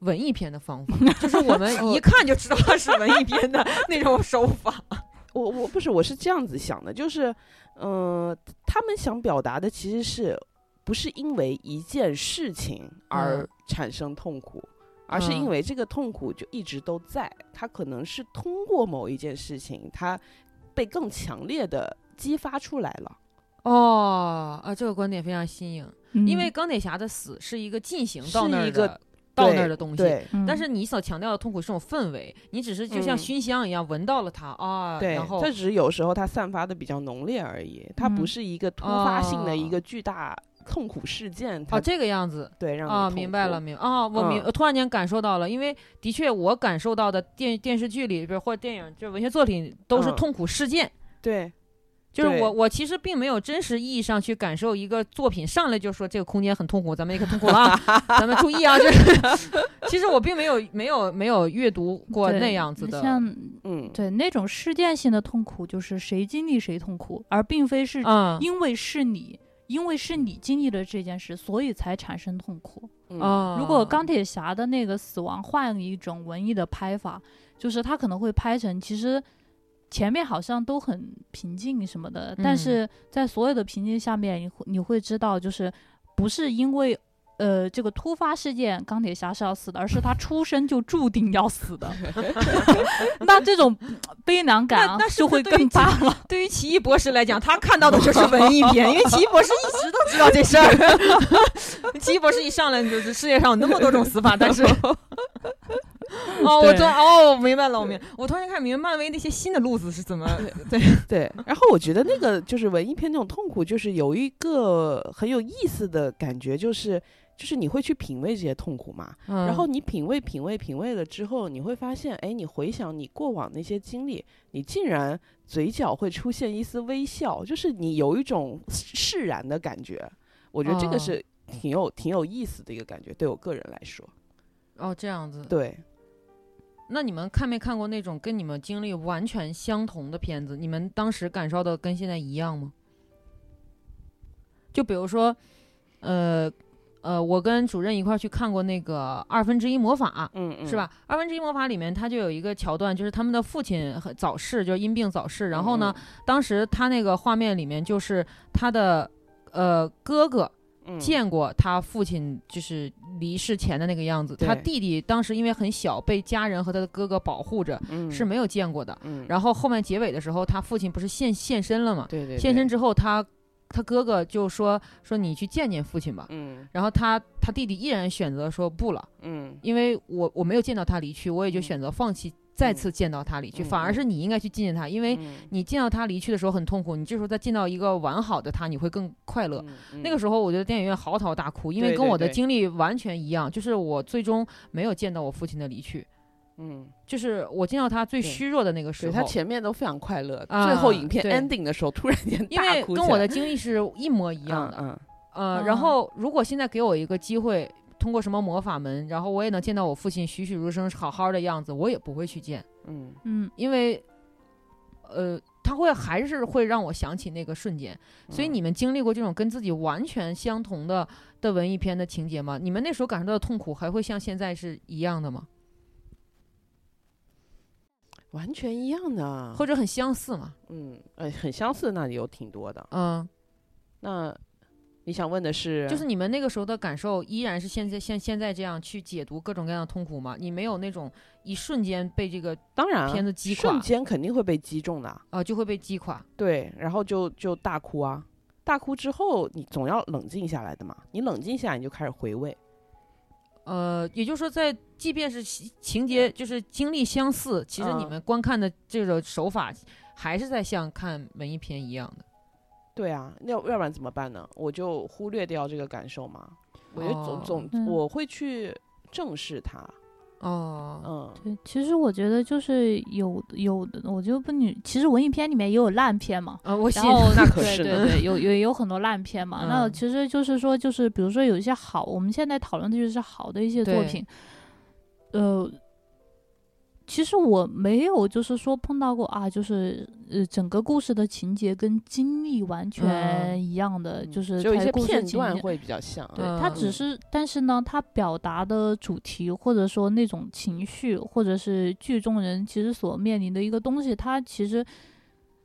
文艺片的方法， 就是我们一看就知道它是文艺片 的那种手法。
我我不是我是这样子想的，就是，嗯、他们想表达的其实是不是因为一件事情而
嗯
产生痛苦，而是因
嗯
为这个痛苦就一直都在，它可能是通过某一件事情，它被更强烈的激发出来了。
哦，啊，这个观点非常新颖，？” 因为
嗯
钢铁侠的死是一个进行到
是
那儿
一个
的到那
对
儿的东西。
对，
嗯
但是你所强调的痛苦是种氛围，你只是就像
嗯
熏香一样闻到了它啊，
对，
然后
它只是有时候它散发的比较浓烈而已，它
嗯
不是一个突发性的一
哦
个巨大痛苦事件。它
哦这个样子，
对让你
啊，
痛
明白
苦
了，，明啊，我明，
嗯
我突然间感受到了，因为的确我感受到的电电视剧里边或者电影，就是文学作品都是
嗯
痛苦事件，
对，
就是
对
我我其实并没有真实意义上去感受一个作品上来就说这个空间很痛苦，咱们一个痛苦了啊，咱们注意啊，就是 其实我并没有没有没有阅读过
对
那样子的，
像
嗯，
对那种事件性的痛苦，就是谁经历谁痛苦，而并非是
嗯
因为是你，因为是你经历了这件事，所以才产生痛苦。
嗯
啊，
如果钢铁侠的那个死亡换一种文艺的拍法，就是他可能会拍成其实。前面好像都很平静什么的，但
嗯
是在所有的平静下面，你会你会知道，就是不是因为呃这个突发事件钢铁侠是要死的，而是他出生就注定要死 的。那这种悲凉感、啊、
那那是
就
不
会
是对于
更
这
大 了。
对于奇异博士来讲，他看到的就是文艺片，因为奇异博士一直都知道这事儿。 奇异博士一上来就是世界上有那么多种死法，但是，哦，我
对
突然哦，我明白了，我明，我突然看明白漫威那些新的路子是怎么对，
对，然后我觉得那个就是文艺片那种痛苦，就是有一个很有意思的感觉，就是就是你会去品味这些痛苦嘛，
然
然后你品味品味品味了之后，你会发现，哎，你回想你过往那些经历，你竟然嘴角会出现一丝微笑，就是你有一种释然的感觉。我觉得这个
哦
是挺有挺有意思的一个感觉，对我个人来说，
哦这样子，
对，
那你们看没看过那种跟你们经历完全相同的片子？你们当时感受到跟现在一样吗？就比如说，呃呃，我跟主任一块儿去看过那个《二分之一魔法》，
嗯嗯，
是？吧？《二分之一魔法》里面，它就有一个桥段，就是他们的父亲很早逝，就是因病早逝。然后
嗯
呢，当时他那个画面里面，就是他的呃哥哥
嗯，
见过他父亲就是离世前的那个样子，他
对
弟弟当时因为很小，被家人和他的哥哥保护着，
嗯
是？没有见过的。
嗯，
然后后面结尾的时候，他父亲不是现现身了嘛？
对对，
现身
对
之后，他他哥哥就说说你去见见父亲吧。
嗯
然后他他弟弟依然选择说不了。
嗯
因为我我没有见到他离去，我也就
嗯
选择放弃再次见到他离去，
嗯
反而是你应该去纪念他，因为
嗯
你见到他离去的时候很痛苦，你这时候再见到一个完好的他，你会更快乐。
嗯嗯
那个时候，我觉得电影院嚎啕大哭，因为
对
跟
对
我的
对
经历完全一样，就是我最终没有见到我父亲的离去，
嗯，
就是我见到他最
对
虚弱的那个时
对
候。
他前面都非常快乐，
啊
最后影片
对
ending 的时候突然间
因为
大哭
跟
起
我
来
的经历是一模一样的，
嗯嗯
呃，
啊
然后如果现在给我一个机会，通过什么魔法门，然后我也能见到我父亲栩栩如生、好好的样子，我也不会去见。
嗯
嗯，
因为，呃，他会还是会让我想起那个瞬间。所以
嗯
你们经历过这种跟自己完全相同的的文艺片的情节吗？你们那时候感受到的痛苦还会像现在是一样的吗？
完全一样的，
或者很相似吗？
嗯呃很相似，那里有挺多的。
嗯，
那你想问的是，
就是你们那个时候的感受依然是现在像现在这样去解读各种各样的痛苦吗？你没有那种一瞬间被这个
当然啊
片子击垮
瞬间肯定会被击中的，啊
呃就会被击垮？
对，然后就就大哭啊，大哭之后你总要冷静下来的嘛，你冷静下来你就开始回味，
呃，也就是说，在即便是情情节就是经历相似，其实你
嗯
们观看的这种手法还是在像看文艺片一样的。
对啊，要要不然怎么办呢？我就忽略掉这个感受嘛。我觉得
哦
总总、
嗯
我会去正视它，
哦，
嗯，
对，其实我觉得就是有有的，我就不女，其实文艺片里面也有烂片嘛。
啊，我信
然后
那可
对
是呢
对 对，有有有很多烂片嘛。那
嗯
其实就是说，就是比如说有一些好，我们现在讨论的就是好的一些作
对
品。呃，其实我没有就是说碰到过啊，就是呃整个故事的情节跟经历完全
嗯
一样的，
嗯
呃就是
只有一
它
些
故事
片
情
段
节
会比较像，啊
对，
嗯
它只是，但是呢，它表达的主题或者说那种情绪，或者是剧中人其实所面临的一个东西，它其实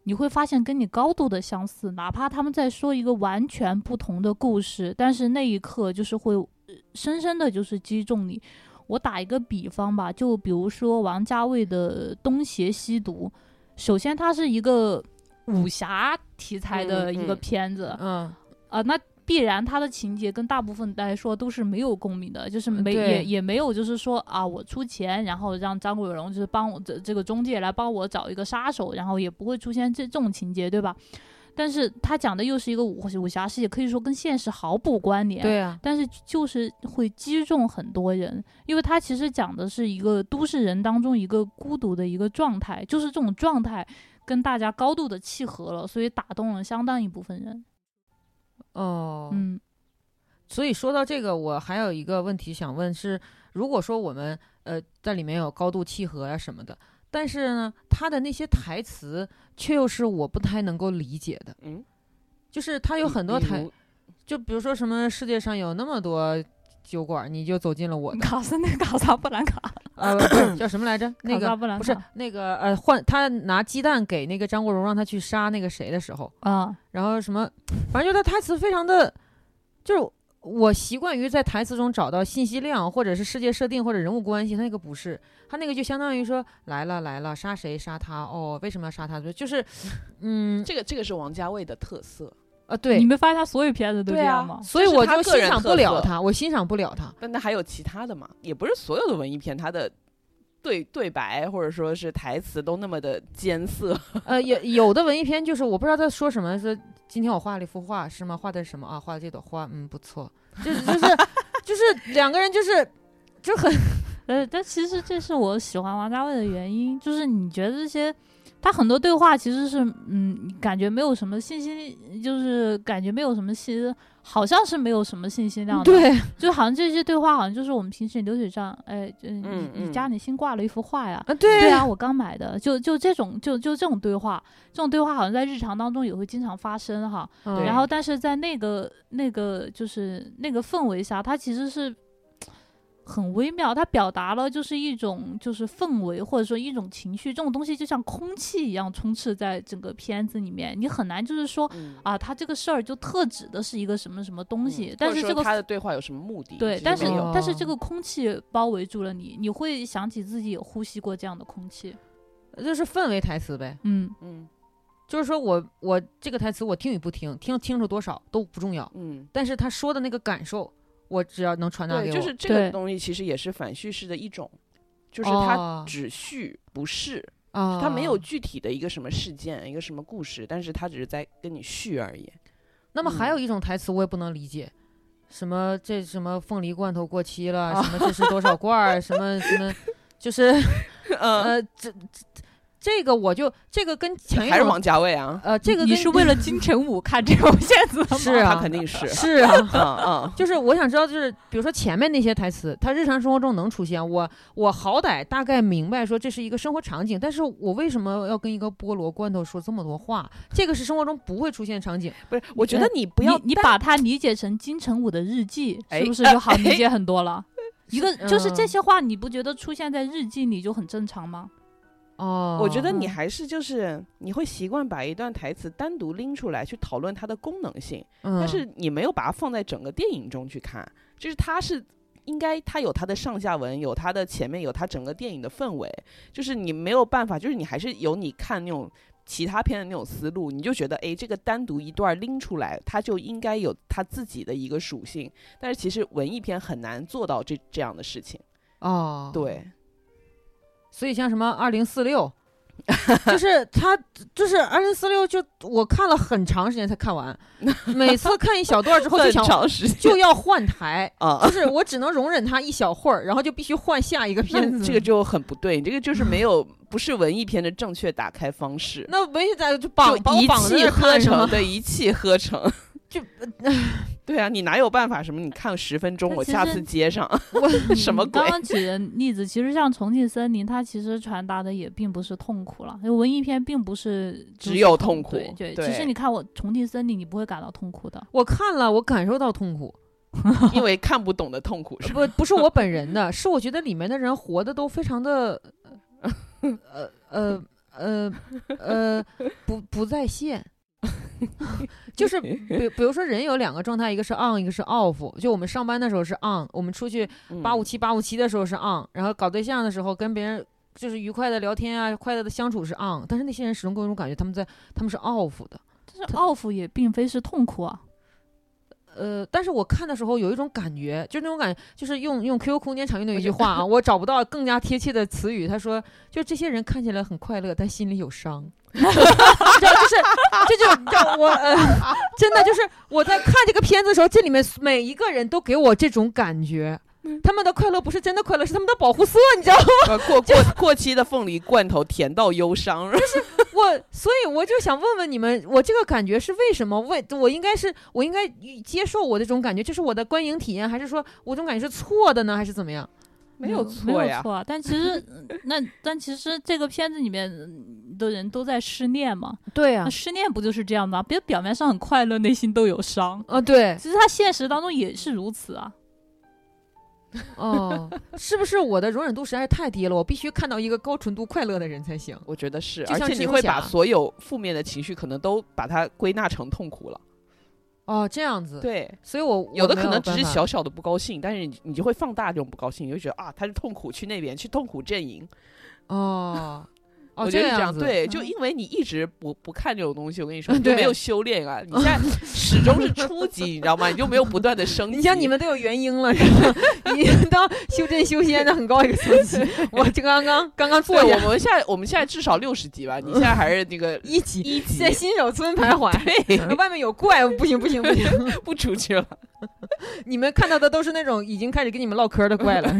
你会发现跟你高度的相似，哪怕他们在说一个完全不同的故事，但是那一刻就是会呃深深的就是击中你。我打一个比方吧，就比如说王家卫的《东邪西毒》，首先它是一个武侠题材的一个
嗯嗯
片子，
嗯，
啊、那必然它的情节跟大部分来说都是没有共鸣的，就是
嗯
没
对
也也没有就是说啊，我出钱，然后让张国荣就是帮我这这个中介来帮我找一个杀手，然后也不会出现这这种情节，对吧？但是他讲的又是一个武武侠世界，可以说跟现实毫不关联。
对啊，
但是就是会击中很多人，因为他其实讲的是一个都市人当中一个孤独的一个状态，就是这种状态跟大家高度的契合了，所以打动了相当一部分人。
哦，
嗯，
所以说到这个，我还有一个问题想问是，如果说我们呃在里面有高度契合呀、什么的，但是呢，他的那些台词却又是我不太能够理解的，
嗯，
就是他有很多
比
台
如，
就比如说什么世界上有那么多酒馆，你就走进了我 的，
卡斯那卡萨布兰卡，
呃，不是叫什么来着？ 那
卡萨
个
布兰卡
不是那个呃，换他拿鸡蛋给那个张国荣让他去杀那个谁的时候，
啊，
然后什么，反正就他台词非常的，就是我习惯于在台词中找到信息量，或者是世界设定或者人物关系，他那个不是，他那个就相当于说来了来了，杀谁杀他，哦，为什么要杀他？就就是，嗯
这个这个是王家卫的特色，
啊
你
对，
没发现他所有片子都这
对啊
样吗？
所以
这是
我
他
就
个
欣
人
赏不
特
了
色
他，我欣赏不了他。
但那还有其他的嘛？也不是所有的文艺片它的。对对白或者说是台词都那么的艰涩，
呃，也有的文艺片就是我不知道在说什么，说今天我画了一幅画是吗？画的什么啊？画的这朵花，嗯，不错，就是 就是就是两个人就是就很
呃，但其实这是我喜欢王家卫的原因，就是你觉得这些他很多对话其实是，嗯，感觉没有什么信息，就是感觉没有什么信，好像是没有什么信息量的。，
对，
就好像这些对话好像就是我们平时流水账，哎，就你
嗯
你
嗯
家里新挂了一幅画呀。
啊对
对啊，我刚买的，就就这种，就就这种对话，这种对话好像在日常当中也会经常发生哈。
嗯
然后，但是在那个那个就是那个氛围下，它其实是很微妙，它表达了就是一种就是氛围或者说一种情绪，这种东西就像空气一样充斥在整个片子里面，你很难就是说
嗯
啊，它这个事儿就特指的是一个什么什么东西，
嗯
但
或者
是
说
这个
他的对话有什么目的？
对，
其实
但是
没有
但是这
哦
个空气包围住了你，你会想起自己也呼吸过这样的空气，
就是氛围台词呗，
嗯
嗯
就是说我我这个台词我听与不听，听清楚多少都不重要，
嗯，
但是他说的那个感受，我只要能传达给
对，就
我，
是这个
对哦
东西其实也是反叙事的一种，就
就是
它
啊
只叙不是，
啊，
它没有具体的一个什么事件、一个什么故事，但是它只是在跟你叙而已。
那么还有
嗯
一种台词我也不能理解，什么这什么凤梨罐头过期了，
哦
什么这是多少罐儿，什么什么，就是
嗯，
呃这这这个我就这个跟前一
还是
种
王家卫啊，
呃这个
你
跟
是为了金城武看这种片子的吗？
是啊
他肯定 是，
是啊。
嗯嗯，
就是我想知道，就是比如说前面那些台词，他日常生活中能出现，我我好歹大概明白说这是一个生活场景，但是我为什么要跟一个菠萝罐头说这么多话？这个是生活中不会出现场景。
不是，我觉得你不
你
要
你
单
把它理解成金城武的日记，
哎
是不是就好理解很多了？一个就是这
嗯
些话，你不觉得出现在日记里就很正常吗？
哦，
我觉得你
嗯
还是就是你会习惯把一段台词单独拎出来去讨论它的功能性，
嗯，
但是你没有把它放在整个电影中去看，就是它是应该它有它的上下文，有它的前面，有它整个电影的氛围，就是你没有办法，就是你还是有你看那种。其他片的那种思路，你就觉得，哎，这个单独一段拎出来，它就应该有它自己的一个属性。但是其实文艺片很难做到这这样的事情。
哦，
对，
所以像什么二零四六，就是他就是二零四六，就我看了很长时间才 看完，每次看一小段之后就
很
想
长时间
就要换台，
啊，
就是我只能容忍他一小会儿，然后就必须换下一个
那
片子。
这个就很不对，你这个就是没有不是文艺片的正确打开方式，
那没在就
就
绑把我
一
绑着
气
那
呵
看是
成，
吗？
对，一气呵成。
就
对啊，你哪有办法什么？你看十分钟，
但
我
其
下
实
次接上， 什么
你刚
鬼？
刚举的例子，其实像《重庆森林》，它其实传达的也并不是痛苦了，因为文艺片并不是
只有痛
痛
苦
对，
对
其实你看我《重庆森林》，你不会感到痛苦的。
我看了，我感受到痛 苦，
因为看不懂的痛苦是吧？
不不是我本人的，是我觉得里面的人活的都非 常的，呃呃呃呃，不不在 线，就是比比如说人有两个状态，一个是 on，一个是 off。就我们上班的时候是 on，我们出去八五
七，
七八五七的时候是 on，然后搞对象的时候跟别人。就是愉快的聊天啊，快乐的相处是 on，但是那些人始终给我一种感觉，他们在他们是 off 的。
但是 off 也并非是痛苦啊，
呃，但是我看的时候有一种感觉，就那种感觉，就是用用 QQ 空间常用的一句话啊， 我找不到更加贴切的词语。他说，就这些人看起来很快乐，但心里有伤。 你知道，就是这就让我、呃、真的就是我在看这个片子的时候，这里面每一个人都给我这种感觉。他们的快乐不是真的快乐，是他们的保护色，你知道吗？
呃过过过期的凤梨罐头甜到忧伤，
我所以我就想问问你们，我这个感觉是为什么？为我应该是我应该接受我的这种感觉，这是我的观影体验，还是说我这种感觉是错的呢，还是怎么样？
没有
没
错
有
呀。
错啊。但其实那但其实这个片子里面的人都在失恋嘛，
对呀
那失恋不就是这样吗？别表面上很快乐，内心都有伤。
啊，对，
其实他现实当中也是如此啊。
哦， 是不是我的容忍度实在是太低了？我必须看到一个高纯度快乐的人才行。
我觉得是，
就
而
像
且
蜘
你
蛛
会把
侠
所有负面的情绪可能都把它归纳成痛苦了。
哦，这样子，
对，
所以我
有的可能只是，
我
小小的不高兴，但是你你就会放大这种不高兴，你就觉得啊，他是痛苦，去那边去痛苦阵营。
没有办法哦，哦，
我觉得是这
样
样，
子，
对，就
嗯
因为你一直不不看这种东西，我跟 你说，
嗯
你就没
对
有修炼啊， 你现在始终是初级，你知道吗？你就没有不断的升级。
你像你们都有元婴了，是吧？你当修真修仙的很高一个层 级，我这刚刚刚刚
对，
做
我
下
们现在我们现在至少六十级吧，你现在还是那 个
一级，
一级
在， 新手村徘徊。
对，
外面有怪，不行不行不行！
不出去了。
你们看到的都是那种已经开始跟你们唠嗑的怪了。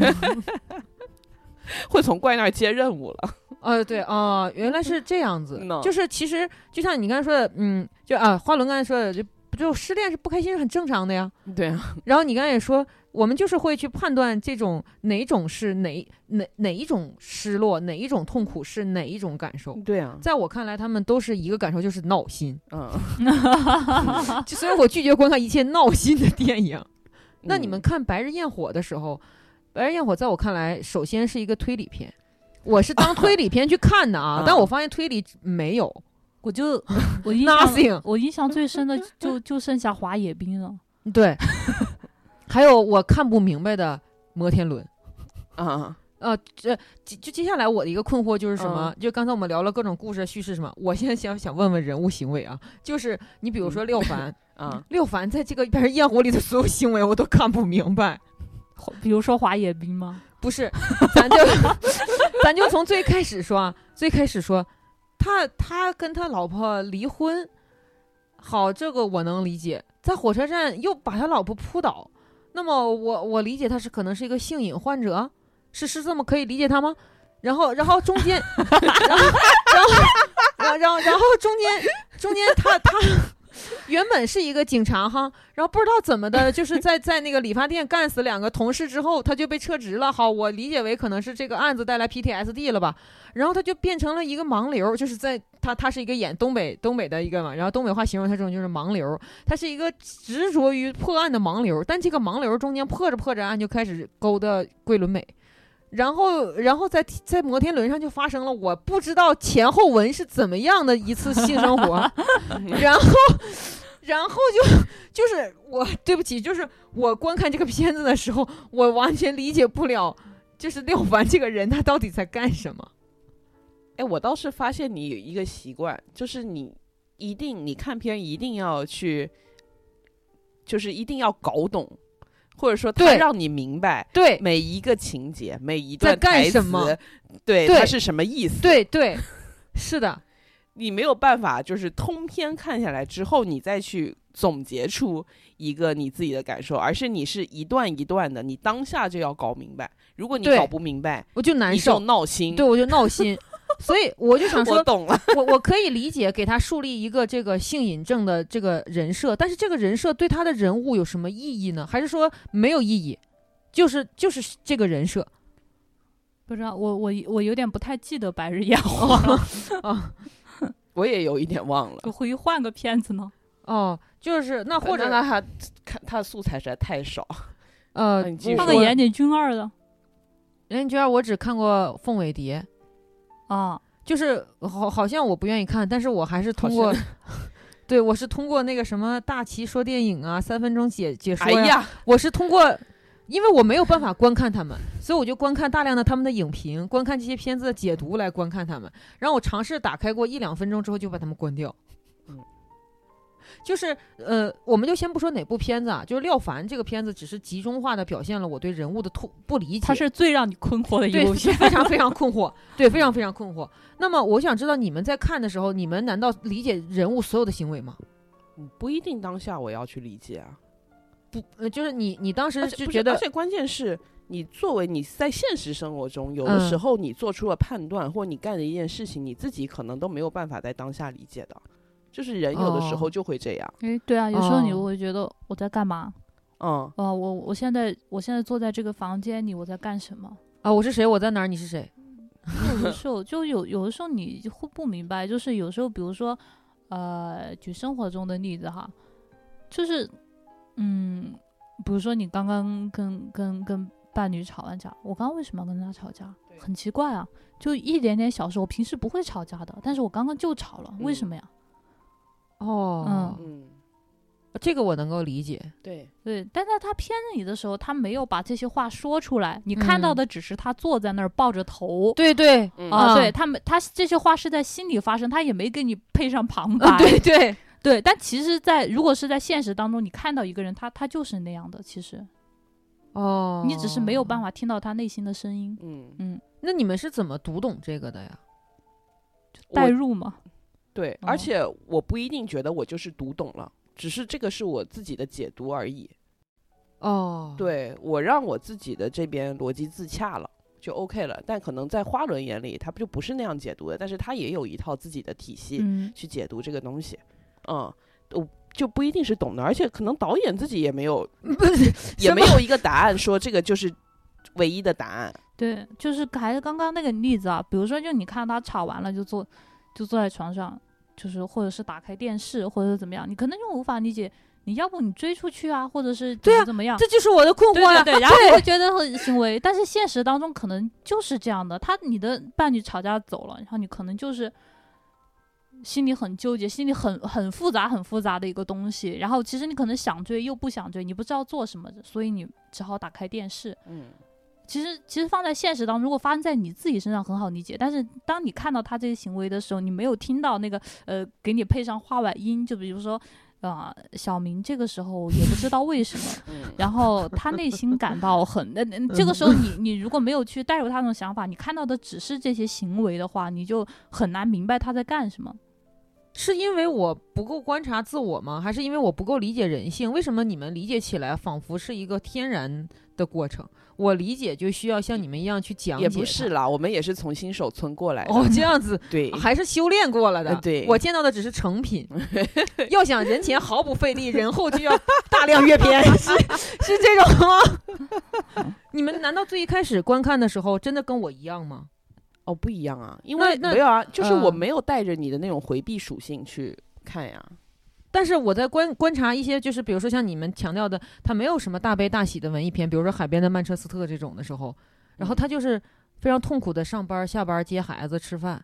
会从怪那儿接任务了。
呃，对啊、原来是这样子
嗯呐，
就是其实就像你刚才说的，嗯，就啊，花轮刚才说的，就就失恋是不开心是很正常的呀。
对啊，
然后你刚才也说，我们就是会去判断这种哪种是哪哪哪一种失落，哪一种痛苦是哪一种感受。
对啊，
在我看来，他们都是一个感受，就是闹心。
嗯。
就所以我拒绝观看一切闹心的电影。那你
嗯
们看《白日焰火》的时候，《白日焰火》在我看来，首先是一个推理片，我是当推理片去看的啊
啊，
但我发现推理没有
我 就我印象
nothing。
我印象最深的就就剩下华野冰了。
对， 还有我看不明白的摩天轮。
啊，
啊，这接就接下来我的一个困惑就是什么？就刚才我们聊了各种故事叙事什么，我现在想想问问人物行为啊，就是你比如说廖凡，
啊，
廖凡在这个《白日焰火》里的所有行为我都看不明白。
华比如说华野冰吗？
不是，咱就 咱就从最开始说啊，最开始说，他他跟他老婆离婚，好，这个我能理解，在火车站又把他老婆扑倒，那么我我理解他是可能是一个性瘾患者，是是这么可以理解他吗？然后然后中间，然后然后然后然后然后中间中间他他。原本是一个警察哈，然后不知道怎么的，就是在在那个理发店干死两个同事之后，他就被撤职了。好，我理解为可能是这个案子带来 PTSD 了吧，然后他就变成了一个盲流，就是在他他是一个演东北东北的一个嘛，然后东北话形容他这种就是盲流，他是一个执着于破案的盲流，但这个盲流中间破着破着案就开始勾搭桂纶镁。然后，然后在在摩天轮上就发生了我不知道前后文是怎么样的一次性生活， 然后，然后就就是我对不起，就是我观看这个片子的时候，我完全理解不了，就是廖凡这个人他到底在干什么。
哎，我倒是发现你有一个习惯，就是你一定你看片儿一定要去，就是一定要搞懂，或者说它
对
让你明白
对
每一个情节、每一
在
段
干
台
什
词
么，
对
对
它是什么意思。
对对，是的，
你没有办法，就是通篇看下来之后，你再去总结出一个你自己的感受，而是你是一段一段的，你当下就要搞明白。如果你
对
搞不明白，
我就难
你就
受，
闹心。
对我就闹 心，所以我就想
我
说，
懂了。
我我可以理解给他树立一个这个性瘾症的这个人设，但是这个人设对他的人物有什么意义呢？还是说没有意义？就是就是这个人设，
不知道，我我我有点不太记得《白日焰火》 了，
我也有一点忘了，
我回去换个片子 呢。
哦，就是
啊
那或者
那他看他的素材实在太少。
呃
那你继续，
换
说
个
吧
岩井俊二的
人家觉得我只看过凤尾蝶，
啊，
就是好好像我不愿意看，但是我还是通
好
过，对我是通过那个什么大齐说电影啊，三分钟解解说
哎
呀、
呀，
我是通过，因为我没有办法观看他们，所以我就观看大量的他们的影评，观看这些片子的解读来观看他们。然后我尝试打开过一两分钟之后就把他们关掉。
嗯
就是呃，我们就先不说哪部片子啊，就是廖凡这个片子只是集中化的表现了我对人物的痛不理解。
它是最让你困惑的一
对，
部
是
片。
非 常非常困惑，对，非常非常困惑。那么我想知道，你们在看的时候，你们难道理解人物所有的行为吗？
嗯不一定当下我要去理解啊，
不，呃，就是你你当时
而且
就
不是
觉
而
得，
且关键是你作为你在现实生活中，有的时
嗯
候你做出了判断，或你干的一件事情，你自己可能都没有办法在当下理解的，就是人有的时候
哦
就会这样，
哎，对啊，有时候你
哦
会觉得我在干嘛？
嗯，
哦、我我现在我现在坐在这个房间里，我在干什么？
啊，我是谁，我在哪儿，你是谁？
有的时候哦就有有的时候你会不明白，就是有时候比如说，呃，举生活中的例子哈，就是嗯，比如说你刚刚跟跟跟伴侣吵完架，我刚刚为什么要跟他吵架？很奇怪啊，就一点点小事，我平时不会吵架的，但是我刚刚就吵了，为什
嗯
么呀？
哦，
嗯，
这个我能够理解。
对，
对，但在他骗你的时候，他没有把这些话说出来，你看到
嗯
的只是他坐在那儿抱着头。
对对
嗯
啊，
啊
对他没，他这些话是在心里发生，他也没给你配上旁白。
啊， 对对，
对但其实在，如果是在现实当中，你看到一个人，他他就是那样的，其实
哦，
你只是没有办。法听到他内心的声音，
嗯，
那你们是怎么读懂这个的呀？
代
我
入嘛。
对，
哦
而且我不一定觉得我就是读懂了，只是这个是我自己的解读而已。
哦，，
对我让我自己的这边逻辑自洽了，就 OK 了。但可能在花轮眼里，他不就不是那样解读的，但是他也有一套自己的体系
嗯
去解读这个东西，嗯，我就不一定是懂的，而且可能导演自己也没 有也
什
没
么
有一个答案说这个就是唯一的答案，
对，就是还是刚刚那个例子啊，比如说，就你看他吵完了就坐，就坐在床上，就是或者是打开电视，或者是怎么样，你可能就无法理解，你要不你追出去啊，或者是怎
对
么
啊
怎么样。
这就是我的困
对
惑呀、
对对，然后你会觉得很行为，但是现实当中可能就是这样的。他你的伴侣吵架走了，然后你可能就是心里很纠结，心里很很复杂、很复杂的一个东西。然后其实你可能想追又不想追，你不知道做什么，所以你只好打开电视。
嗯，
其实其实放在现实当中，如果发生在你自己身上很好理解，但是当你看到他这些行为的时候，你没有听到那个呃给你配上话外音，就比如说。啊、小明这个时候也不知道为什么，
嗯
嗯
然后他内心感到很……那、那这个时候你
嗯
你如果没有去带入他那种想法，你看到的只是这些行为的话，你就很难明白他在干什么。
是因为我不够观察自我吗？还是因为我不够理解人性？为什么你们理解起来仿佛是一个天然的过程？我理解就需要像你们一样去讲解
也
它，
不 是啦，我们也是从新手村过来的，
哦，这样子
对，
还是修炼过了的。
呃对
我见到的只是成品。要想人前毫不费力，人后就要大量 阅片，是是这种吗？ 你们难道最一开始观看的时候，真的跟我一样吗？
哦，不一样啊，因
那
为
那
没有啊，就是我
呃
没有带着你的那种回避属性去看呀。
但是我在观观察一些，就是比如说像你们强调的，它没有什么大悲大喜的文艺片，比如说《海边的曼彻斯特》这种的时候，然后他就是非常痛苦的上班、下班、接孩子、吃饭，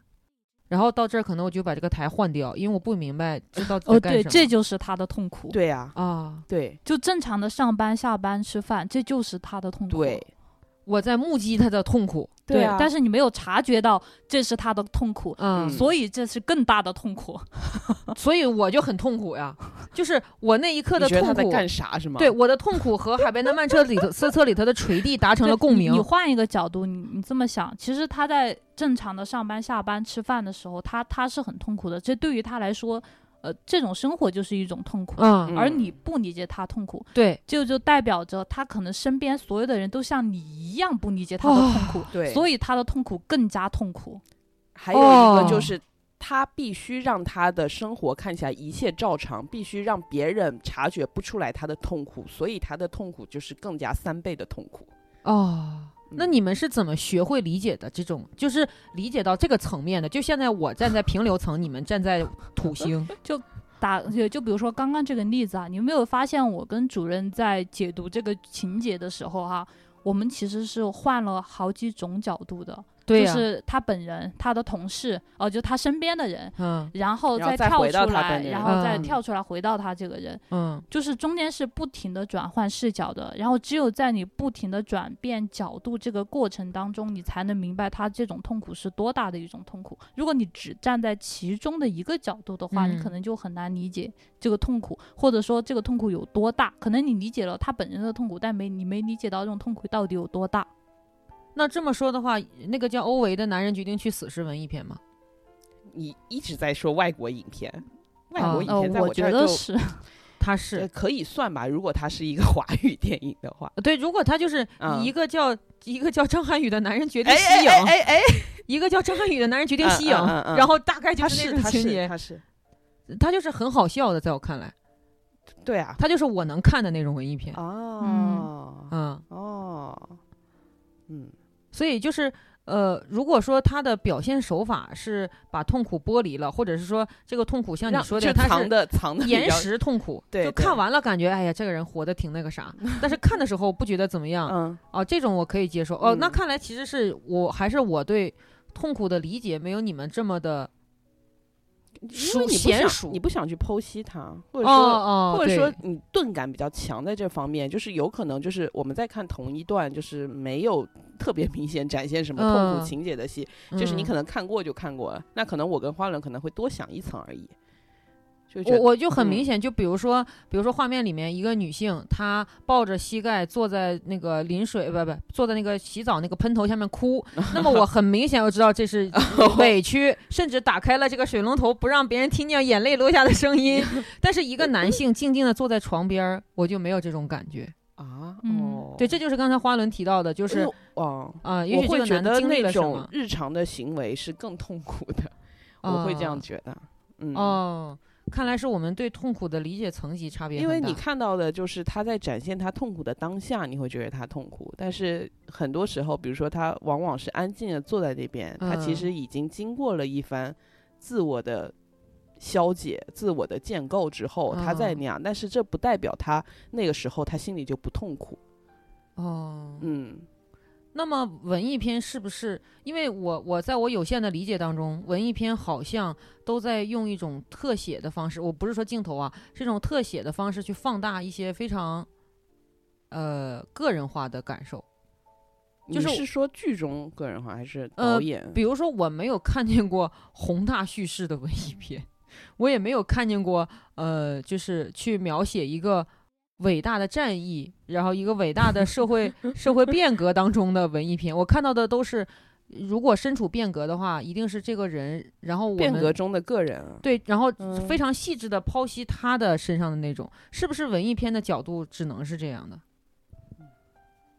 然后到这儿可能我就把这个台换掉，因为我不明白这到底
哦，
在干
对，
什么。
这就是他的痛苦。，
对呀、
啊，
对
就正常的上班、下班、吃饭，这就是他的痛苦。
对
我在目击他的痛苦，
对，
啊，
但
是
是你没有察觉到这是他的痛苦，
嗯，
所以这是更大的痛苦。
所以我就很痛苦呀，就是我那一刻的
你觉得
痛
他在
苦，
干啥是吗？
对，我的痛苦和《海边的曼彻里头 斯特》里头的垂地达成了共鸣
你。你换一个角度，你你这么想，其实他在正常的上班、下班、吃饭的时候，他他是很痛苦的。这对于他来说，呃，这种生活就是一种痛苦。
嗯，
嗯
而你不理解他痛苦，
对，
这就代表着他可能身边所有的人都像你一样不理解他的痛苦，
啊对，
所
以
以他的痛苦更加痛苦。
还有一
哦
个就是。他必须让他的生活看起来一切照常，必须让别人察觉不出来他的痛苦，所以他的痛苦就是更加三倍的痛苦。
哦，那
嗯
你们是怎么学会理解的？这种就是理解到这个层面的。就现在我站在平流层，你们站在 土星。
打啊就就比如说刚刚这个例子啊，你有没有发现我跟主任在解读这个情节的时候哈、我们其实是换了好几种角度的，
对
就
呀、
是他本人、他的同事，哦、就他身边的人，
嗯
然后
然后
再
再
跳
回到
出
他本
来，
人
然后再
嗯
跳出来回到他这个人，
嗯，
就是中间是不停的转换视角的，然后只有在你不停的转变角度这个过程当中，你才能明白他这种痛苦是多大的一种痛苦。如果你只站在其中的一个角度的话，
嗯
你可能就很难理解这个痛苦，或者说这个痛苦有多大。可能你理解了他本人的痛苦，但没你没理解到这种痛苦到底有多大。
那这么说的话，那个叫欧维的男人决定去死是文艺片吗？
你一直在说外国影片，外
啊
国影
呃，
片在
我
这
觉
儿
得，
就是
他
呃
是
可以算吧，如果它是一个 华语电影的话。
对，如果他就是
嗯
一个叫、一个叫张涵予的男人决定
哎
吸
哎
影，
哎哎哎，
一个叫张涵予的男人决定
嗯
吸影，
嗯嗯嗯
然后大概
他
就是
是
那种
他
情
是
节，
他是，
他就是很好笑的，在我看来，
对啊，
他就是我能看的那种文艺
嗯
片。
哦
嗯，
哦，嗯，
所以就是呃，如果说他的表现手法是把痛苦剥离了，或者是说这个痛苦像你
让
说
就
的，他
藏
是
的藏的比
延
较，
时痛苦，
对
就
对
看完了感觉哎呀，这个人活得挺那个 啥，但是看的时候不觉得怎么样
嗯，
啊，这种我可以接受。哦，那
嗯
看来其实是我还是我对痛苦的理解没有你们这么的
因
熟
为你不
娴
想
熟
你不想去剖析它，或
哦
者说。
哦，
或者
对
说你钝感比较强，在这方面，就是有可能就是我们在看同一段，就是没有特别明显展现什么痛
嗯
苦情节的戏，就是你
嗯
可能看过就看过了，那可能我跟花轮可能会多想一层而已，就觉
我
得
我就很
嗯
明显，就比如说，比如说画面里面一个女性，她抱着膝盖坐在那个淋水，不不，坐在那个洗澡那个喷头下面 哭。那么我很明显我知道这是
哦
委屈，甚至打开了这个水龙头，不让别人听 见眼泪落下的声音。但是一个男性静静的坐在床边儿，我就没有这种感觉。
啊，
嗯
哦，
对，这就是刚才花轮提到的，就
就是哦。
啊，也
我
许这
会
个
觉
男的
得
经历
那
了什
种
么，
日常的行为是更痛苦的，我会这样
啊
觉得。嗯，
哦，看来是我们对痛苦的理解层级差别
因
很
为
大
你看到的就是他在展现他痛苦的当下，你会觉得他痛苦，但是很多时候，比如说他往往是安静的坐在那边，他其
嗯
实已经经过了一番自我的消解、自我的建构之后，他再
嗯
那样，但是这不代表他那个时候他心里就不痛苦。
哦。
嗯
那么文艺片是不是？因为我我在我有限的理解当中，文艺片好像都在用一种特写的方式，我不是说镜头啊，是一种特写的方式去放大一些非常呃个人化的感受。
你
就是
是
我
说剧中个人化还是
呃
导演？
比如说，我没有看见过宏大叙事的文艺片，我也没有看见过呃，就是去描写一个伟大的战役，然后一个伟大的社会社会变革当中的文艺片。我看到的都是，如果身处变革的话，一定是这个人，然后我
变
们
革中的个人啊，
对，然后
嗯
非常细致的剖析他的身上的那种，是不是文艺片的角度只能是这样的？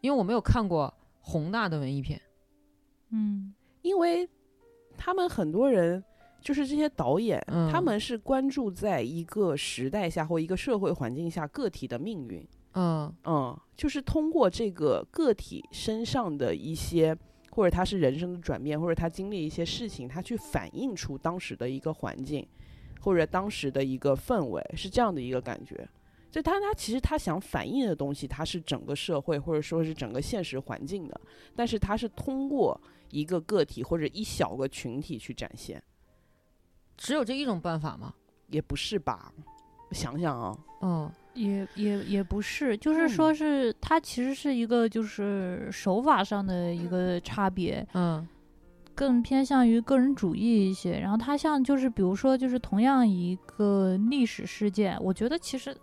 因为我没有看过宏大的文艺片。
嗯
因为他们很多人就是这些导演，
嗯
他们是关注在一个时代下或一个社会环境下个体的命运，
嗯
嗯，就是通过这个个体身上的一些。或者他是人生的转变，或者他经历一些事情，他去反映出当时的一个环境，或者当时的一个氛围，是这样的一个感觉。就他他其实他想反映的东西，他是整个社会或者说是整个现实环境的，但是他是通过一个个体或者一小个群体去展现，
只有这一种办法吗？
也不是吧？我想想啊，
嗯
也也也不是，就是说
嗯
是它其实是一个就是手法上的一个差别，
嗯
更偏向于个人主义一些。然后它像就是比如说就是同样一个历史事件，我觉得其实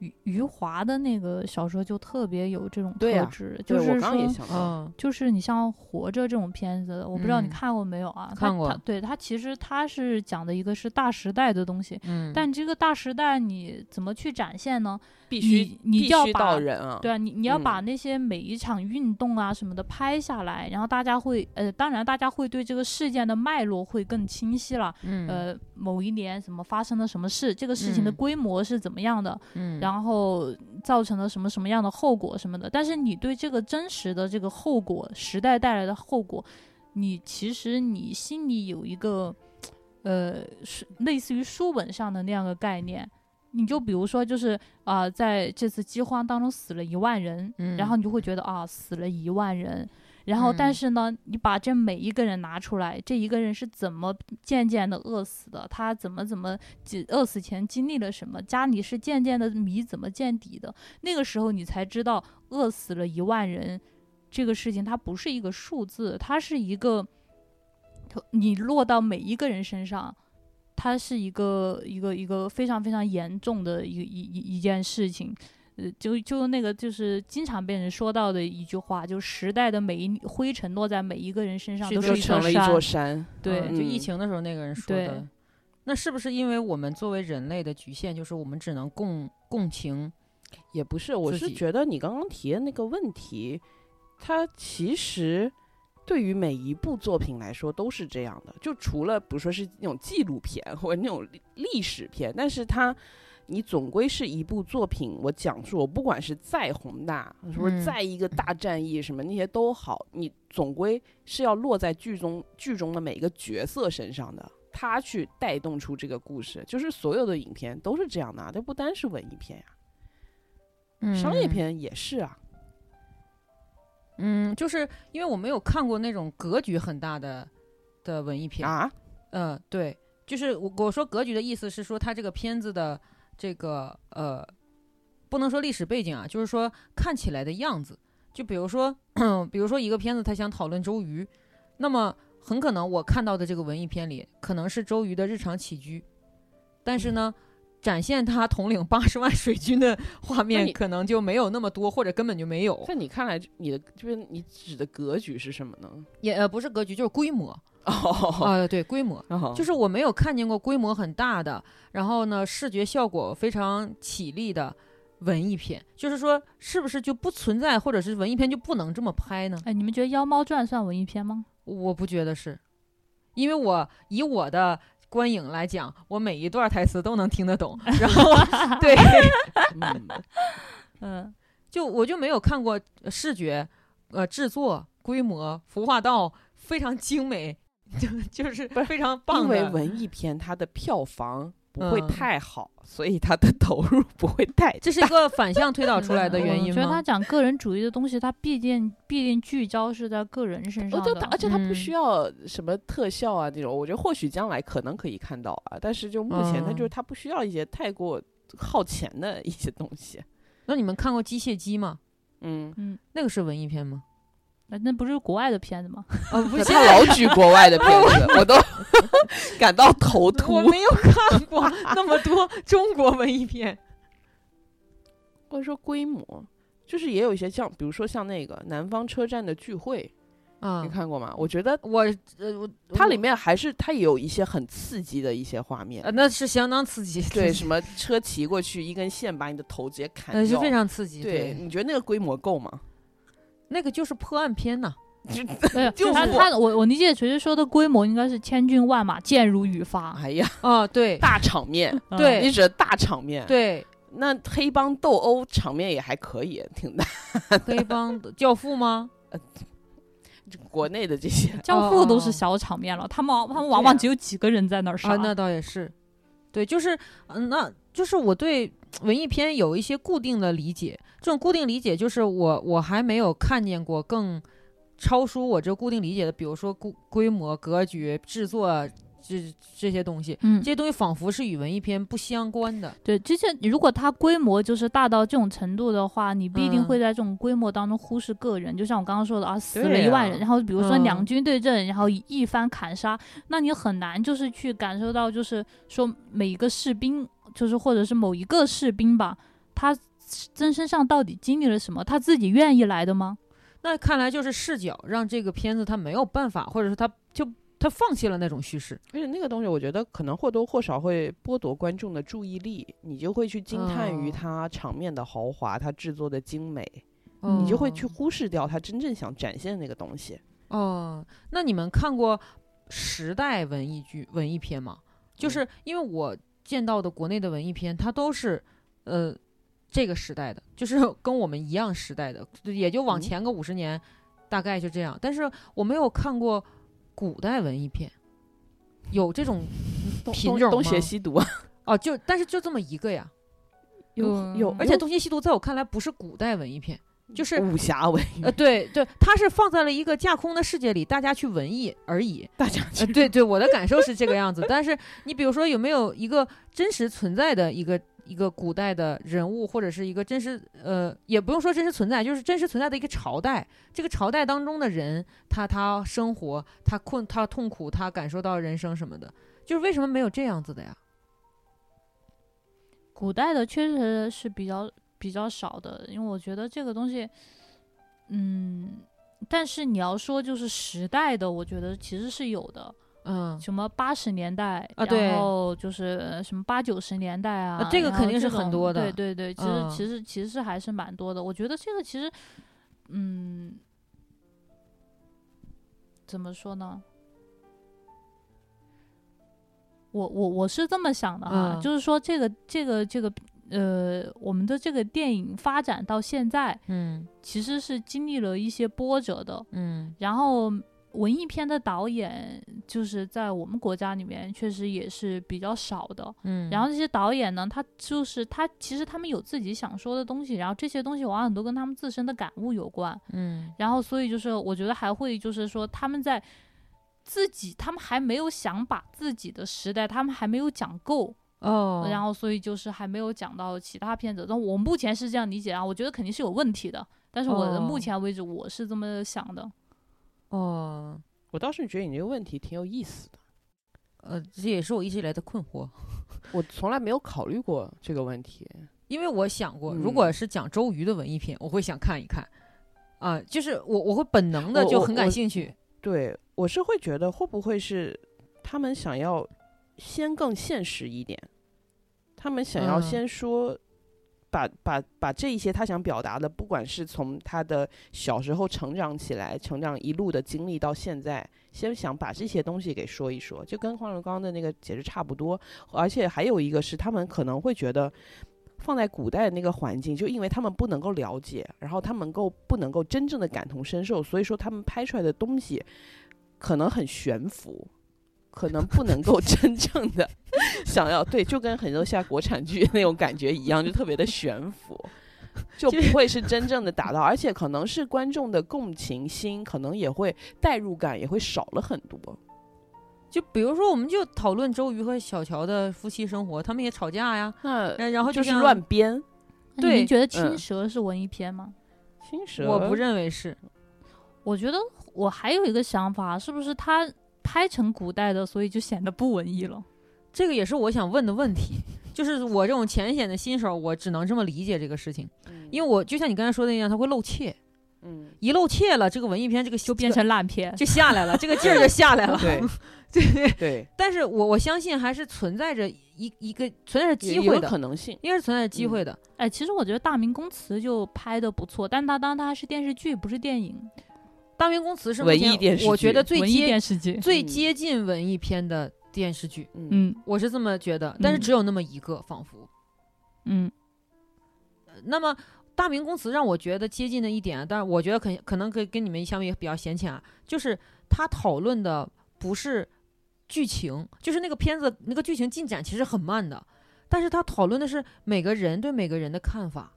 余余华的那个小说就特别有这种
对
特
啊
质，就
对
是
我刚刚也
说哦
想到，
嗯
就是你像《活着》这种片子，我不知道你
嗯
看过没有啊？它
看过
它对它其实它是讲的一个是大时代的东西，
嗯，
但这个大时代你怎么去展现呢？
必
你
须
你
必
要
须
把
到人啊，
对啊，你你要把
嗯
那些每一场运动啊什么的拍下来，然后大家会呃，当然大家会对这个事件的脉络会更清晰了。
嗯
呃，某一年什么发生了什么事，这个事情的
嗯
规模是怎么样的，
嗯后
然后造成了什么什么样的后果什么的。但是你对这个真实的这个后果，时代带来的后果，你其实你心里有一个，呃，是类似于书本上的那样的概念。你就比如说，就是啊、在这次饥荒当中死了一万人，
嗯
然后你就会觉得啊，死了一万人。然后，但
嗯
是呢，你把这每一个人拿出来，这一个人是怎么渐渐的饿死的，他怎么怎么几饿死前经历了什么，家里是渐渐的米怎么见底的，那个时候你才知道饿死了一万人这个事情，它不是一个数字，它是一个，它你落到每一个人身上，它是一个一个一个非常非常严重的一一一一件事情。呃，就就那个就是经常被人说到的一句话，就时代的每一灰尘落在每一个人身上
是
都
一
是
就
一
成
座
了一
山，
座山。
对，
就
嗯
疫情的时候那个人说的
对，
那是不是因为我们作为人类的局限，就是我们只能共共情？
也不是，我
自
是
己
觉得你刚刚提的那个问题，它其实对于每一部作品来说都是这样的。就除了比如说是那种纪录片或者那种历历史片，但是它你总归是一部作品，我讲述，我不管是再宏大，说
嗯
再一个大战役什么那些都好，你总归是要落在剧中剧中的每一个角色身上的。他去带动出这个故事，就是所有的影片都是这样的啊，它不单是文艺片呀、
嗯
商业，片也是啊，
嗯，就是因为我没有看过那种格局很大的的文艺片，
啊，
嗯，对，就是我我说格局的意思是说，它这个片子的这个呃，不能说历史背景啊，就是说看起来的样子。就比如说， 比如说一个片子，他想讨论周瑜，那么很可能我看到的这个文艺片里，可能是周瑜的日常起居，但是呢。展现他统领八十万水军 的画面，
你
可能就没有那么多，或者根本就没有。
在你看来，你的就是你指的格局是什么呢？
也呃不是格局，就是规模
哦，
啊、对规模。就是是我没有看见过规模很大的，然后呢，视觉效果非常绮丽的，文艺片？就是说，是不是就不存在，或者是文艺片就不能这么拍呢？
哎，你们觉得《妖猫传》算文艺片吗？
我不觉得是，因为我以我的观影来讲，我每一段台词都能听 得懂，然后对，
嗯
嗯，
就我就没有看过呃视觉、呃制作、规模、服化道非常精美， 就就是非常棒
因为
的。
文艺片它的票房不会
嗯
太好，所以它的投入不会太大。
这是一个反向推导出来的原
我
因吗？
觉得他讲个人主义的东西，他必定必定聚焦 是在个人身
我
上
就
的
它，。而且它不
嗯
需要什么特效啊这种，我觉得或许将来可能可以看到啊，但是就目前它就是
嗯
它不需要一些太过耗钱的一些东西。
那你们看过《机械姬》吗？
嗯，
那个是文艺片吗？
呃那那不是国外的片子吗？
哦，不
他老举国外的片子， 我都感到头
我
秃。
没有看 过那么多中国文艺片。
或者说规模，就是也有一些像，比如说像那个《南方车站的聚会》，
啊
你，看过吗？我觉得
我呃我
它里
我
面还是它也有一些很刺激的一些画面
呃。那是相当刺激，
对，什么车骑过去，一根线把你的头直接砍
呃是
掉
非常刺激。
对，你觉得那个规模够 吗？
那个就是破案片呐。
就
没有，
就是
他
我
他我我理解锤锤说的规模应该是千军万马，箭如雨发。
哎呀，
啊，对
大场面，
嗯
对
你指的大场面。，
对，
那黑帮斗殴场面也还可以，挺大。
黑帮的教父吗？
就国内的这些，
教父都
哦哦
是小场面了，他们往他们
对
往往
啊
只有几个人在那儿杀。
啊，那倒也是，对，就是，嗯，那就是我对文艺片有一些固定的理解。这种固定理解就是我我还没有看见过更超出我这固定理解的，比如说规规模、格局、制作啊这这些东西，
嗯
这，些东西仿佛是与文艺片不相关的。
对，之前如果它规模就是大到这种程度的话，你必定
嗯
会在这种规模当中忽视个人。就像我刚刚说的啊，死了
对
一万
呀
人，然后比如说
嗯
两军对阵，然后一番砍杀，那你很难就是去感受到，就是说每一个士兵，就是或者是某一个士兵吧，他真身上到底经历了什么，他自己愿意来的吗？
那看来就是视角让这个片子它没有办法，或者是它就它放弃了那种叙事。
而且那个东西，我觉得可能或多或少会剥夺观众的注意力，你就会去惊叹于
哦
它场面的豪华，它制作的精美，你就会去忽视掉它真正想展现的那个东西。
哦，那你们看过时代文艺剧、文艺片吗？就是因为我见到的国内的文艺片，它都是呃这个时代的，就是 跟我们一样时代的，也就往
嗯
前个五十年，大概就这样。但是我没有看过古代文艺片，有这种
东
品
东
种
东
吗
邪西毒啊，
哦，就但是就这么一个呀。
有有
嗯
而且《东邪西毒》在我看来不是古代文艺片，就是
武侠 文艺
呃，对对，它是放在了一个架空的世界里，大家去文艺而已。
大家
呃，对对，我的感受是这个样子。但是你比如说，有没有一个真实存在的一个一个古代的人物，或者是一个真实呃，也不用说真实存在，就是真实存在的一个朝代，这个朝代当中的人，他他生活，他困，他痛苦，他感受到人生什么的，就是为什么没有这样子的呀？
古代的确实是比较比较少的，因为我觉得这个东西，嗯，但是你要说就是时代的，我觉得其实是有的，
嗯。
什么八十年代，
啊对
然后就是呃什么八九十年代啊，
啊这个
然后
肯定是
这种
很多的
对对对，其实、
嗯
其实其实还是蛮多的。我觉得这个其实，嗯，怎么说呢？我我我是这么想的哈，
嗯
就是说这个这个这个呃，我们的这个电影发展到现在，
嗯
其实是经历了一些波折的，
嗯
然后文艺片的导演就是在我们国家里面确实也是比较少的。
嗯，
然后这些导演呢，他就是他其实他们有自己想说的东西，然后这些东西往往很多跟他们自身的感悟有关。
嗯
然后所以就是我觉得还会就是说他们在自己他们还没有想把自己的时代，他们还没有讲够，
哦，
然后所以就是还没有讲到其他片子。但我目前是这样理解啊，我觉得肯定是有问题的。但是我的
哦
目前为止我是这么想的。
哦，
我倒是觉得你这个问题挺有意思的，
呃，这也是我一直以来的困惑，
我从来没有考虑过这个问题。
因为我想过，如
嗯
果是讲周瑜的文艺片，我会想看一看，啊，就是我我会本能的
我
就
我
很感
我
兴趣，
对我是会觉得会不会是他们想要先更现实一点，他们想要
嗯
先说。把把把这一些他想表达的，不管是从他的小时候成长起来，成长一路的经历到现在，先想把这些东西给说一说，就跟黄荣刚的那个解释差不多。而且还有一个是，他们可能会觉得。放在古代那个环境，就因为他们不能够了解，然后他们够不能够真正的感同身受，所以说他们拍出来的东西可能很悬浮，可能不能够真正的想要对，就跟很多像国产剧那种感觉一样，就特别的悬浮，就不会是真正的打到，而且可能是观众的共情心，可能也会代入感也会少了很多。
就比如说，我们就讨论周瑜和小乔的夫妻生活，他们也吵架呀，
那
然然后
就是
像
乱编，
那你
对
们觉得
嗯
青蛇是文艺片吗？
青蛇
我不认为是，
我觉得我还有一个想法，是不是它拍成古代的，所以就显得不文艺了？
这个也是我想问的问题。就是我这种浅显的新手，我只能这么理解这个事情，因为我就像你刚才说的那样，它会露怯，
嗯，
一露怯了，这个文艺片这个
就变成烂片。
就下来了，这个劲儿就下来了。
对
对，
对，
但是我我相信还是存在着一一个存在着
也
机
也
会
有
的
可，能性。
应该是存在着
嗯
机会的。
哎，其实我觉得《大明宫词》就拍的不错，但它当它是电视剧，不是电影，
大明宫词是目
文
前
艺电视
我
剧
觉得最
文艺
接
电视剧。
最
嗯
接近文艺片的电视剧，
嗯
嗯
我是这么觉得。但是
嗯
只有那么一个，仿佛。
嗯
那么《大明宫词》让我觉得接近的一点，但是我觉得可可能跟跟你们相比比较显浅啊，就是他讨论的不是剧情，就是那个片子那个剧情进展其实很慢的，但是他讨论的是每个人对每个人的看法。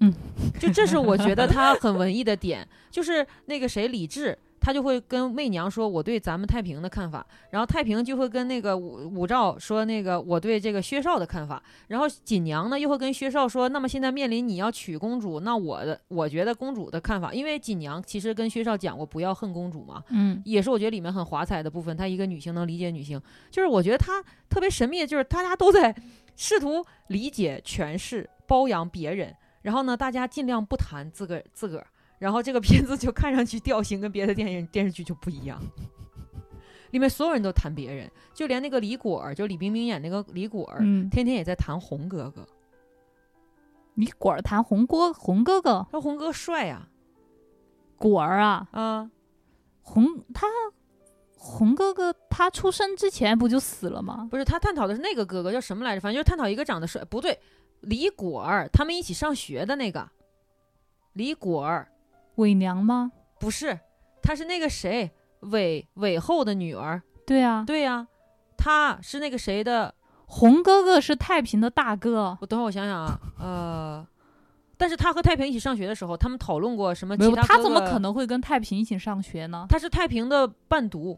嗯，
就这是我觉得他很文艺的点，就是那个谁李治。他就会跟媚娘说我对咱们太平的看法，然后太平就会跟那个武武曌说那个我对这个薛少的看法，然后锦娘呢又会跟薛少说，那么现在面临你要娶公主，那我的我觉得公主的看法，因为锦娘其实跟薛少讲过不要恨公主嘛，
嗯
也是我觉得里面很华彩的部分。她一个女性能理解女性，就是我觉得她特别神秘的，就是大家都在试图理解、诠释、包养别人，然后呢，大家尽量不谈自个儿自个儿，然后这个片子就看上去调性跟别的电影电视剧就不一样。里面所有人都谈别人，就连那个李果儿，就李冰冰演那个李果儿，
嗯，
天天也在谈红哥哥。
你果儿谈红锅红哥哥
说红哥帅呀、
果儿啊，
啊，
红他红哥哥他出生之前不就死了吗？
不是他探讨的是那个哥哥叫什么来着？反正就是探讨一个长得帅，不对，李果儿他们一起上学的那个，李果儿
伪娘吗？
不是，他是那个谁韦韦后的女儿，
对啊，
对呀、他是那个谁的？
红哥哥是太平的大哥，
我等会儿我想想啊，呃，但是他和太平一起上学的时候，他们讨论过什么
没
其
有
他
他
哥
怎么
哥
可？能会跟太平一起上学呢？
他是太平的伴读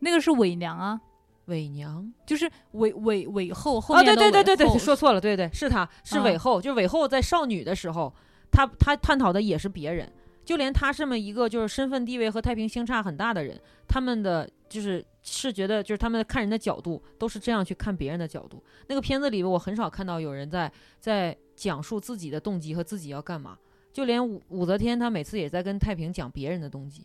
那个是伪娘啊，
伪娘
就是伪伪伪后后
啊，
面的
对对对对
伪
对，
后
说错了，对对是他是
啊
韦后，就韦后在少女的时候，他他探讨的也是别人，就连他这么一个就是身份地位和太平相差很大的人，他们的就是是觉得就是他们看人的角度都是这样去看别人的角度。那个片子里我很少看到有人在在讲述自己的动机和自己要干嘛，就连武武则天她每次也在跟太平讲别人的动机。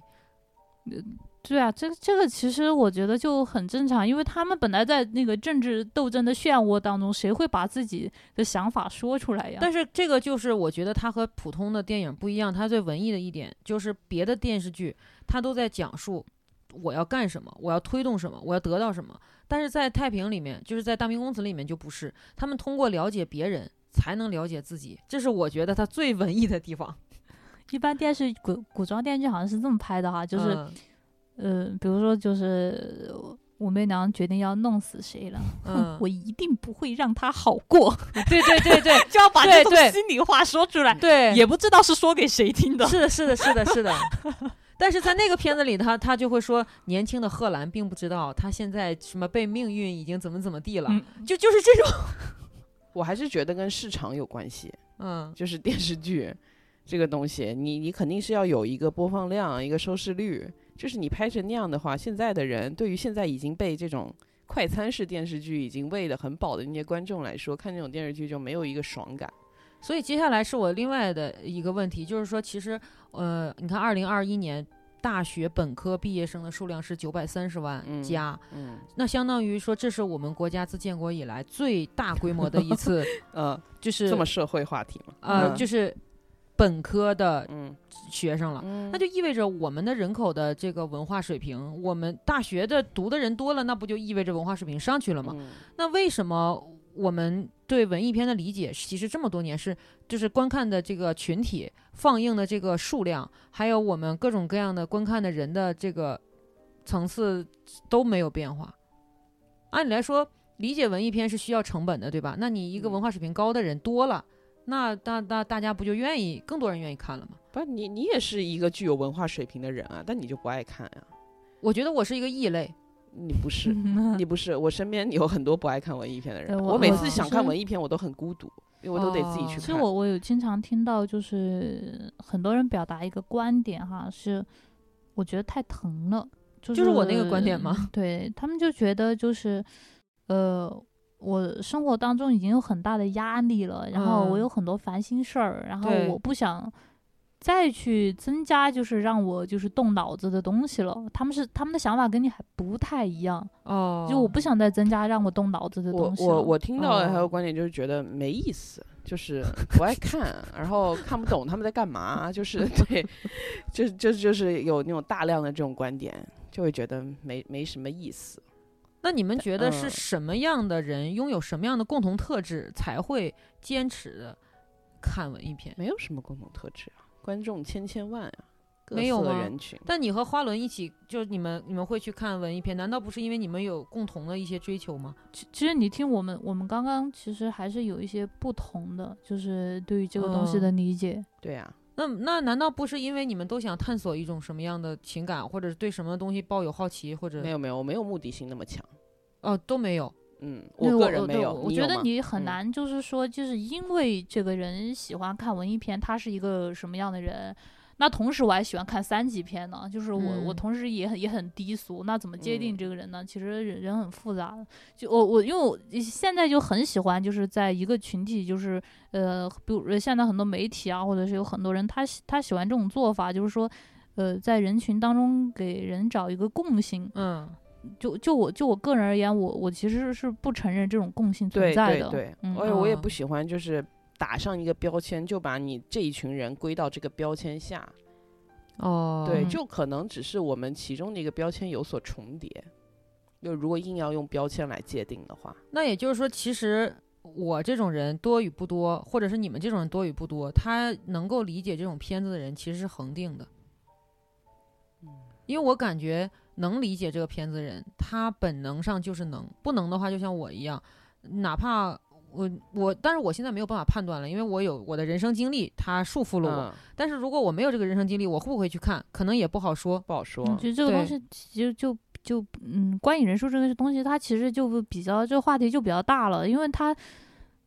对啊，这个这个其实我觉得就很正常，因为他们本来在那个政治斗争的漩涡当中，谁会把自己的想法说出来呀？
但是这个就是我觉得它和普通的电影不一样，它最文艺的一点就是别的电视剧它都在讲述我要干什么，我要推动什么，我要得到什么。但是在《太平》里面，就是在《大明宫词》里面就不是，他们通过了解别人才能了解自己，这是我觉得它最文艺的地方。
一般电视古古装电视剧好像是这么拍的哈，就是、
嗯
呃，比如说就是呃武媚娘决定要弄死谁了，
嗯，
我一定不会让她好过，
对对对对
就要把
对
这种
对
心里话说出来，
对，
也不知道是说给谁听的。
是的，是的，是的，是的。但是在那个片子里，他他就会说，年轻的贺兰并不知道他现在什么被命运已经怎么怎么地了，
嗯
就就是这种，
我还是觉得跟市场有关系，
嗯，
就是电视剧这个东西，你你肯定是要有一个播放量，一个收视率。就是你拍成那样的话，现在的人对于现在已经被这种快餐式电视剧已经喂得很饱的那些观众来说，看这种电视剧就没有一个爽感。
所以接下来是我另外的一个问题，就是说，其实呃，你看二零二一年。大学本科毕业生的数量是九百三十万
嗯
加，
嗯
那相当于说这是我们国家自建国以来最大规模的一次，
呃，
就是
这么社会话题嘛，
呃，
嗯
就是本科的
嗯，
学生了。
嗯
那就意味着我们的人口的这个文化水平，我们大学的读的人多了，那不就意味着文化水平上去了吗？
嗯
那为什么我们对文艺片的理解，其实这么多年是就是观看的这个群体、放映的这个数量，还有我们各种各样的观看的人的这个层次都没有变化。按理来说，理解文艺片是需要成本的，对吧？那你一个
嗯
文化水平高的人多了，那那那大家不就愿意更多人愿意看了吗？
不，你你也是一个具有文化水平的人啊，但你就不爱看呀、
我觉得我是一个异类，
你不是， 你不是，我身边有很多不爱看文艺片的人
对
啊，
我
每
嗯我
次
其
想看
实
文艺片我都很孤独，因为我都得自己去
哦
其实
看。
我我有经常听到，就是很多人表达一个观点哈，是我觉得太疼了，就是
就是我那个观点吗？
对他们就觉得就是，呃，我生活当中已经有很大的压力了，然后我
嗯
有很多烦心事儿，然后
对
我不想。再去增加就是让我就是动脑子的东西了，他们是他们的想法跟你还不太一样，
嗯
哦
就我不想再增加让我动脑子的
我
东西
我
了
我听到的还有
哦
观点就是觉得没意思，就是不爱看，然后看不懂他们在干嘛，就是 对，就就就是有那种大量的这种观点，就会觉得没没什么意思。
那你们觉得是
嗯
什么样的人拥有什么样的共同特质才会坚持的看文艺片？
没有什么共同特质啊，观众千千万啊，各
没有
色的
吗
人群。
但你和花轮一起，就是你们你们会去看文艺片，难道不是因为你们有共同的一些追求吗？
其其实你听我们，我们刚刚其实还是有一些不同的，就是对于这个东西的理解。
对啊呀、
那那难道不是因为你们都想探索一种什么样的情感，或者是对什么东西抱有好奇，或者
没有没有，我没有目的性那么强。
哦都没有？
嗯，
对
我个人
对
没有，
我
有
觉得
吗
你很
嗯
难就是说，就是因为这个人喜欢看文艺片，他是一个什么样的人。那同时我还喜欢看三级片呢，就是我、我
嗯
同时也很也很低俗，那怎么界定
嗯
这个人呢？其实人人很复杂的，就我我因为我现在就很喜欢，就是在一个群体，就是呃，比如说现在很多媒体啊，或者是有很多人他喜他喜欢这种做法，就是说。呃，在人群当中给人找一个共性，
嗯，
就就我就我个人而言，我我其实是不承认这种共性存
对
在
对
的。
对，哎
嗯
我也我也
嗯
不喜欢就是打上一个标签，就把你这一群人归到这个标签下。
哦，
对，
嗯
就可能只是我们其中的一个标签有所重叠。就如果硬要用标签来界定的话，
那也就是说，其实我这种人多与不多，或者是你们这种人多与不多，他能够理解这种片子的人其实是恒定的。
嗯
因为我感觉能理解这个片子的人，他本能上就是能，不能的话就像我一样，哪怕我我，但是我现在没有办法判断了，因为我有我的人生经历，它束缚了我。
嗯，
但是如果我没有这个人生经历，我会不会去看，可能也不好说。
不好说。
嗯，其实这个东
对
西其实就就嗯，关于人数这个东西，它其实就比较这个话题就比较大了，因为它。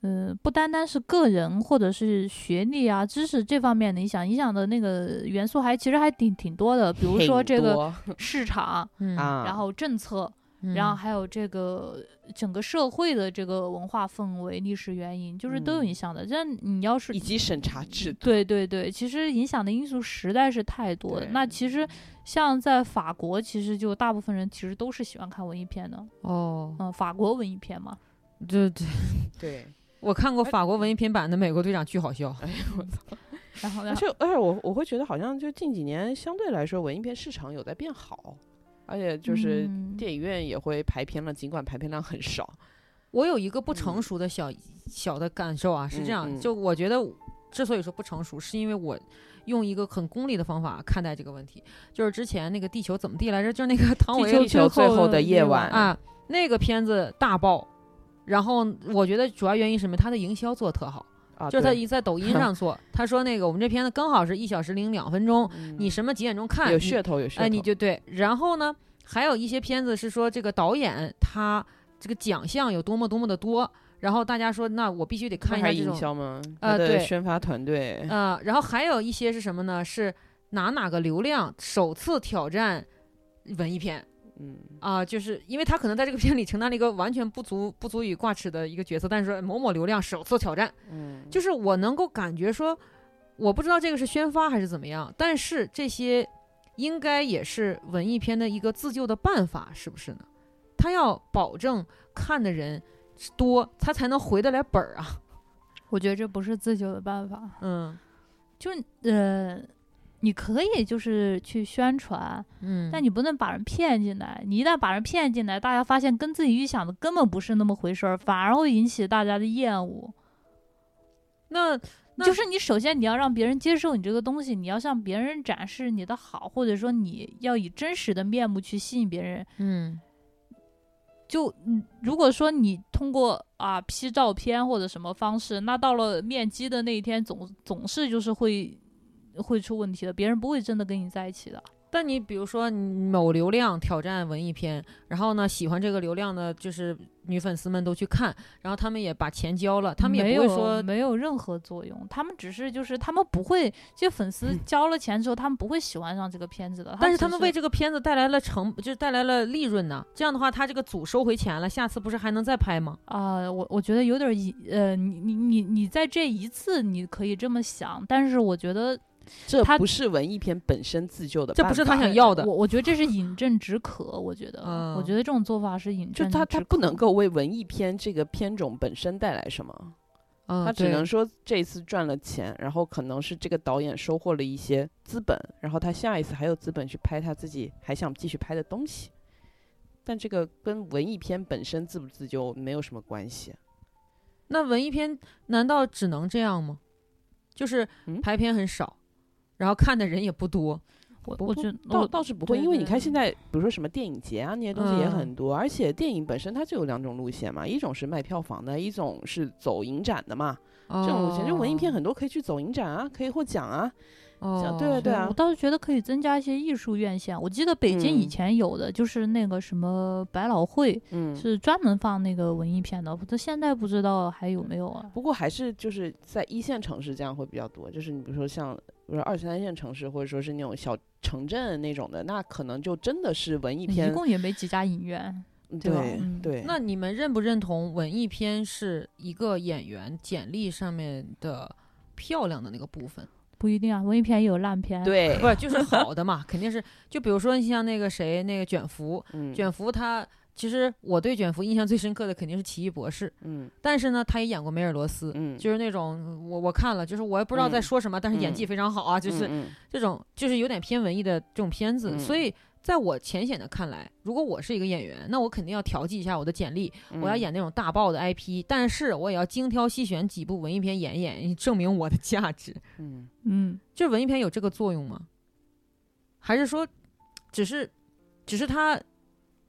呃，不单单是个人或者是学历啊、知识这方面的影响，影响的那个元素还其实还挺挺多 的，比如说
挺
这个
多
市场，
嗯，
啊，
然后政策，
嗯
然后还有这个整个社会的这个文化氛围、历史原因，就是都有
嗯
影响的。但你要是
以及审查制度，
对对对，其实影响的因素实在是太多了。
对嗯
那其实像在法国，其实就大部分人其实都是喜欢看文艺片的，
哦，
嗯，法国文艺片嘛。
这这，
对，
我看过法国文艺片版的《美国队长》，巨好笑。
哎呦我操！
然后，
而
然后
且而且我我会觉得好像就近几年相对来说文艺片市场有在变好，而且就是
嗯
电影院也会排片了，尽管排片量很少。
我有一个不成
嗯
熟的小、小的感受啊，是这样，
嗯嗯
就我觉得我之所以说不成熟，是因为我用一个很功利的方法看待这个问题。就是之前那个《地球怎么地来着》，就是那个唐
地
维
球
最
最
后
后的夜
夜
晚，
啊，那个片子大爆。然后我觉得主要原因是什么？他的营销做得特好，
啊
就是他
对
一 在抖音上做，他说那个我们这片子刚好是一小时零两分钟，
嗯
你什么几点钟看？
有
你
噱头，有噱头，
哎，你就对。然后呢，还有一些片子是说这个导演他这个奖项有多么多么的多，然后大家说那我必须得
那
看一
还
下这
营
种，
销吗？他
呃
的
对
宣发团队，
呃，然后还有一些是什么呢？是哪哪个流量首次挑战文艺片
嗯，
啊、就是因为他可能在这个片里承担了一个完全不足不足以挂齿的一个角色，但是说某某流量首次挑战，
嗯
就是我能够感觉说，我不知道这个是宣发还是怎么样，但是这些应该也是文艺片的一个自救的办法，是不是呢？他要保证看的人多，他才能回得来本儿啊。
我觉得这不是自救的办法，
嗯
就呃，你可以就是去宣传，
嗯，
但你不能把人骗进来。你一旦把人骗进来，大家发现跟自己预想的根本不是那么回事儿，反而会引起大家的厌恶。
那那
就是你首先你要让别人接受你这个东西，你要向别人展示你的好，或者说你要以真实的面目去吸引别人。
嗯
就嗯如果说你通过啊 P 照片或者什么方式，那到了面基的那一天总，总是就是会会出问题的，别人不会真的跟你在一起的。
但你比如说你某流量挑战文艺片，然后呢，喜欢这个流量的，就是女粉丝们都去看，然后他们也把钱交了，他们
没
也不
有
会说，
没有任何作用，他们只是就是他们不会，这些粉丝交了钱之后，他们不会喜欢上这个片子的。
嗯但是
只
他们为这个片子带来了成，就是带来了利润呢。这样的话，他这个组收回钱了，下次不是还能再拍吗？
啊、我我觉得有点一呃，你你你你在这一次你可以这么想，但是我觉得
这
他
不是文艺片本身自救的
这
办法，
不是他想要的
我。我觉得这是饮鸩止渴，我觉得、
嗯
我觉得这种做法是饮鸩止
就
渴，
他他不能够为文艺片这个片种本身带来什么，
嗯，
他只
对
能说这次赚了钱，然后可能是这个导演收获了一些资本，然后他下一次还有资本去拍他自己还想继续拍的东西。但这个跟文艺片本身自不自救没有什么关系。
那文艺片难道只能这样吗？就是
嗯
排片很少，然后看的人也不多。
我
不
我
不
觉
倒
哦
我
倒是不会，
对
因为你
对
看现在，比如说什么电影节啊那些东西也
嗯
很多，而且电影本身它就有两种路线嘛，一种是卖票房的，一种是走影展的嘛。
这
这种路线，就文艺片很多可以去走影展啊，可以获奖啊。
哦，
对啊对啊
我倒是觉得可以增加一些艺术院线。我记得北京以
嗯
前有的、就是那个什么百老汇，
嗯，
是专门放那个文艺片的，他现在不知道还有没有啊？
不过还是就是在一线城市这样会比较多，就是你比如说像比如说二三线城市，或者说是那种小城镇那种的，那可能就真的是文艺
一
片。
共也没几家影院。
嗯
对吧
对
嗯
对，
那你们认不认同文艺片是一个演员简历上面的漂亮的那个部分？
不一定啊，文艺片也有烂片。，
对，
不是，就是好的嘛， 肯定是。就比如说像那个谁，那个卷福，
嗯
卷福他其实我对卷福印象最深刻的肯定是《奇异博士》，
嗯
但是呢，他也演过梅尔罗斯。
嗯，
就是那种我我看了，就是我也不知道在
嗯
说什么，但是演技
嗯
非常好啊，就是
嗯
这种就是有点偏文艺的这种片子，
嗯
所以在我浅显的看来，如果我是一个演员，那我肯定要调剂一下我的简历，
嗯
我要演那种大爆的 IP，但是我也要精挑细选几部文艺片演一演， 证明我的价值。
嗯
嗯，
就是文艺片有这个作用吗？还是说，只是，只是他，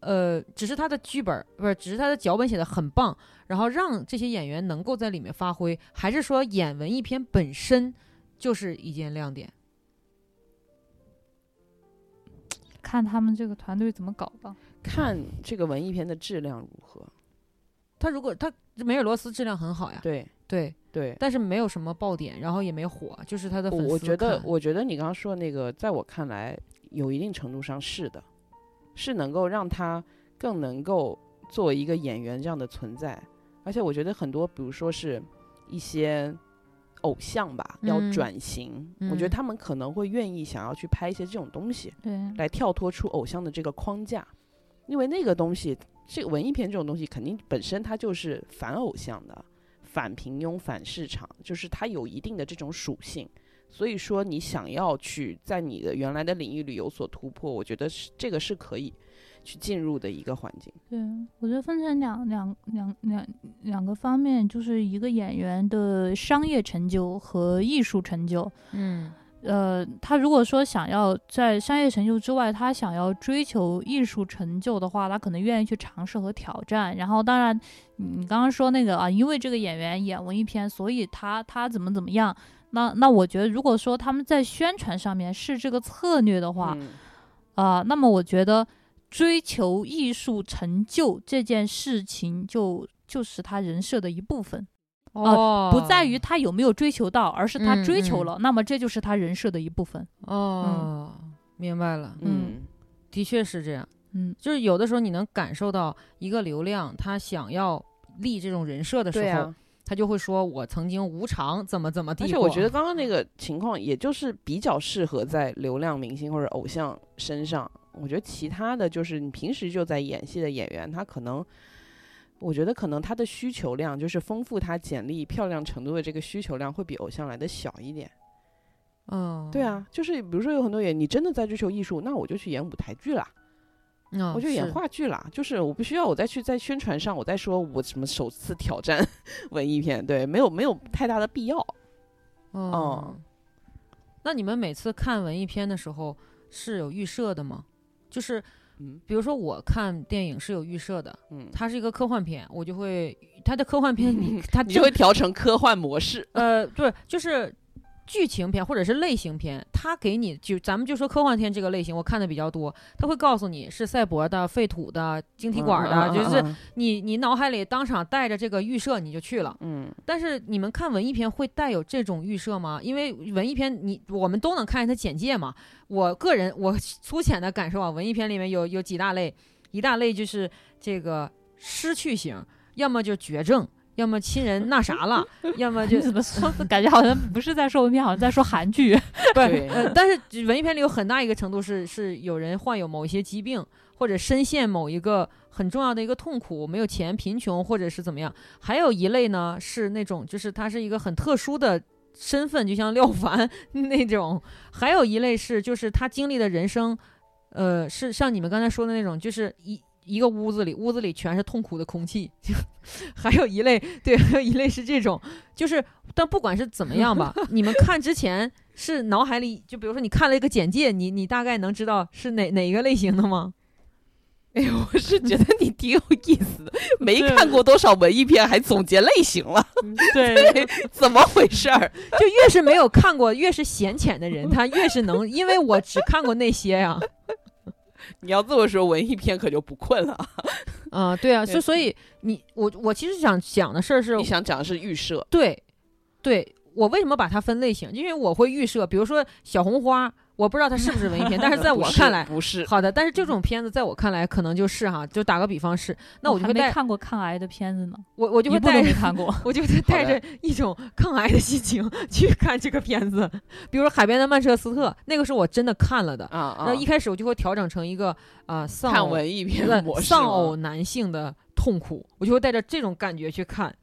呃，只是他的剧本不是，只是他的脚本写的很棒，然后让这些演员能够在里面发挥，还是说演文艺片本身就是一件亮点？
看他们这个团队怎么搞的。
看这个文艺片的质量如何。
啊他如果他梅尔罗斯质量很好呀，
对
对，
对，
但是没有什么爆点，然后也没火，就是他的
我
粉丝
我觉得
看，
我觉得你刚刚说的那个，在我看来，有一定程度上是的，是能够让他更能够作为一个演员这样的存在。而且我觉得很多，比如说是一些偶像吧，要
嗯
转型，我觉得
嗯
他们可能会愿意想要去拍一些这种东西，
对，
来跳脱出偶像的这个框架，因为那个东西，这个文艺片这种东西，肯定本身它就是反偶像的、反平庸、反市场，就是它有一定的这种属性。所以说，你想要去在你的原来的领域里有所突破，我觉得是这个是可以去进入的一个环境。
对，我觉得分成两两两两两个方面，就是一个演员的商业成就和艺术成就。
嗯
呃，他如果说想要在商业成就之外，他想要追求艺术成就的话，他可能愿意去尝试和挑战。然后，当然，你刚刚说那个啊，因为这个演员演文艺片，所以他他怎么怎么样。那那我觉得，如果说他们在宣传上面是这个策略的话，
嗯
啊、那么我觉得追求艺术成就这件事情就，就是他人设的一部分，
哦
不在于他有没有追求到，而是他
嗯
追求
嗯
了，那么这就是他人设的一部分。
哦，明白了，
嗯
的确是这样。
嗯，
就是有的时候你能感受到一个流量，他想要立这种人设的时
对
候，
啊，
他就会说我曾经无偿怎么怎么地
而
过。
且我觉得刚刚那个情况，也就是比较适合在流量明星或者偶像身上。我觉得其他的就是你平时就在演戏的演员，他可能，我觉得可能他的需求量，就是丰富他简历漂亮程度的这个需求量，会比偶像来的小一点。
嗯，
对，啊，就是比如说有很多演员，你真的在追求艺术，那我就去演舞台剧啦，
嗯，
我就演
是，
话剧啦，就是我不需要我再去在宣传上，我再说我什么首次挑战 文艺片，对，没有没有太大的必要。哦
嗯，那你们每次看文艺片的时候是有预设的吗？就是
嗯
比如说我看电影是有预设的，
嗯，
它是一个科幻片，我就会它的科 幻片你它
你就
正
会调成科幻模式。
呃，对，就是剧情片或者是类型片，它给你就咱们就说科幻片这个类型，我看的比较多，它会告诉你是赛博的、废土的、晶体管
嗯
的，就是你你脑海里当场带着这个预设你就去了。
嗯
但是你们看文艺片会带有这种预设吗？因为文艺片你我们都能看见它简介嘛。我个人我粗浅的感受啊，文艺片里面有有几大类，一大类就是这个失去型，要么就绝症，要么亲人那啥了，要么 就
你怎么说？感觉好像不是在说文片，好像在说韩剧。
不是，
对
呃，但是文艺片里有很大一个程度是是有人患有某一些疾病，或者深陷某一个很重要的一个痛苦，没有钱、贫穷，或者是怎么样。还有一类呢是那种就是他是一个很特殊的身份，就像廖凡 那种。还有一类是就是他经历的人生，呃，是像你们刚才说的那种，就是一。一个屋子里，屋子里全是痛苦的空气， 就还有一类，对，还有一类是这种，就是，但不管是怎么样吧，你们看之前是脑海里，就比如说你看了一个简介，你你大概能知道是哪哪一个类型的吗？
哎，我是觉得你挺有意思的，没看过多少文艺片，还总结类型了，
对，
怎么回事儿？
就越是没有看过，越是显浅的人，他越是能，因为我只看过那些呀、
你要这么说，文艺片可就不困了。
啊，对啊，
对
所所以你我我其实想讲的事儿是
你，想讲的是预设，
对，对我为什么把它分类型？因为我会预设，比如说小红花，我不知道它 是不是文艺片，但是在
不
我
是
看来。
不是，
好的，但是这种片子在我看来可能就是哈，就打个比方是， 那我就
还
会
没
带
看过抗癌的片子呢，
我我
一
就会
部都
带
没看 过。
我就是带着一种抗癌的心情去看这个片子，比如说《海边的曼彻斯特》，那个是我真的看了的。
啊啊
那！一开始我就会调整成一个啊、呃丧
看
偶
文艺片
呃
模式吗，
丧偶男性的痛苦，我就会带着这种感觉去看。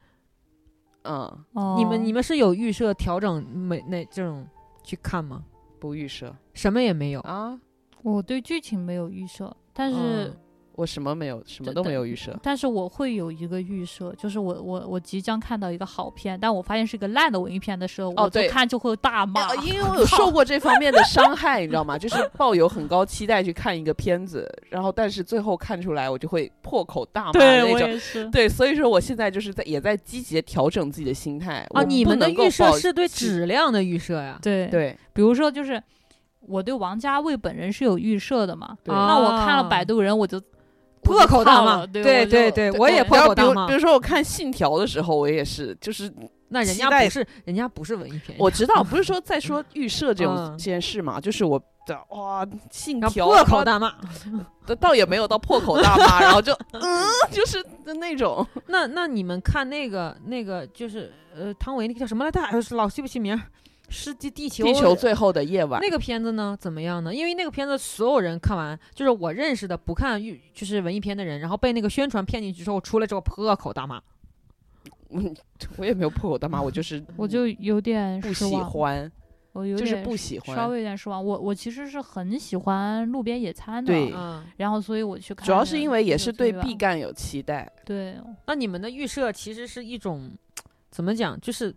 嗯，
哦
你们你们是有预设调整每那这种去看吗？
不预设
什么也没有，
啊，
我对剧情没有预设，但是、
嗯
我什么没有，什么
对
都没
对
有预设。
但是我会有一个预设，就是我我我即将看到一个好片，但我发现是个烂的文艺片的时
哦
候，我
对
就看就会大骂。
啊，
哎
因为我有受过这方面的伤害，你知道吗？就是抱有很高期待去看一个片子，然后但是最后看出来，我就会破口大骂
啊对
那
我
种。
也 是。
对，所以说我现在就是在也在积极地调整自己的心态
啊，
我
你
不
们的
能够
预设
抱
是对
期
质量的预设呀。
对
对
比如说就是我对王家卫本人是有预设的嘛，
对
哦
那我看了《摆
度，
渡人》，我就
破口大骂。
对
对对
对
对，我也破
然后
口
比
大
如
骂
比。如说我看《信条》的时候，我也是， 就是
那人
期
家
待
不是，人家不是文艺片，
我知道，不是说在说预设这种
嗯
这件事嘛，就是我的哇，《信
然
条
后》破口
哇
大骂。
倒倒也没有到破口大骂，然后就嗯，就是那 种
那那你们看那个那个就是呃汤唯那个叫什么来着？哎呦老记不起名儿，是地地球
地球最后的夜晚。
那个片子呢怎么样呢？因为那个片子所有人看完，就是我认识的不看预就是文艺片的人，然后被那个宣传骗进去之后，出来之后破口大骂。
嗯我也没有破口大骂，我就是
我就有点
不
失
喜
望，
欢，
我有
就是
点
不喜
稍
欢。
微有点失望。我我其实是很喜欢《路边野餐》的，
对
嗯，
然后所以我去看的，
主要是因为也
就是
对
吧
毕
啊
赣有期待，
对
那你们的预设其实是一种怎么讲，就是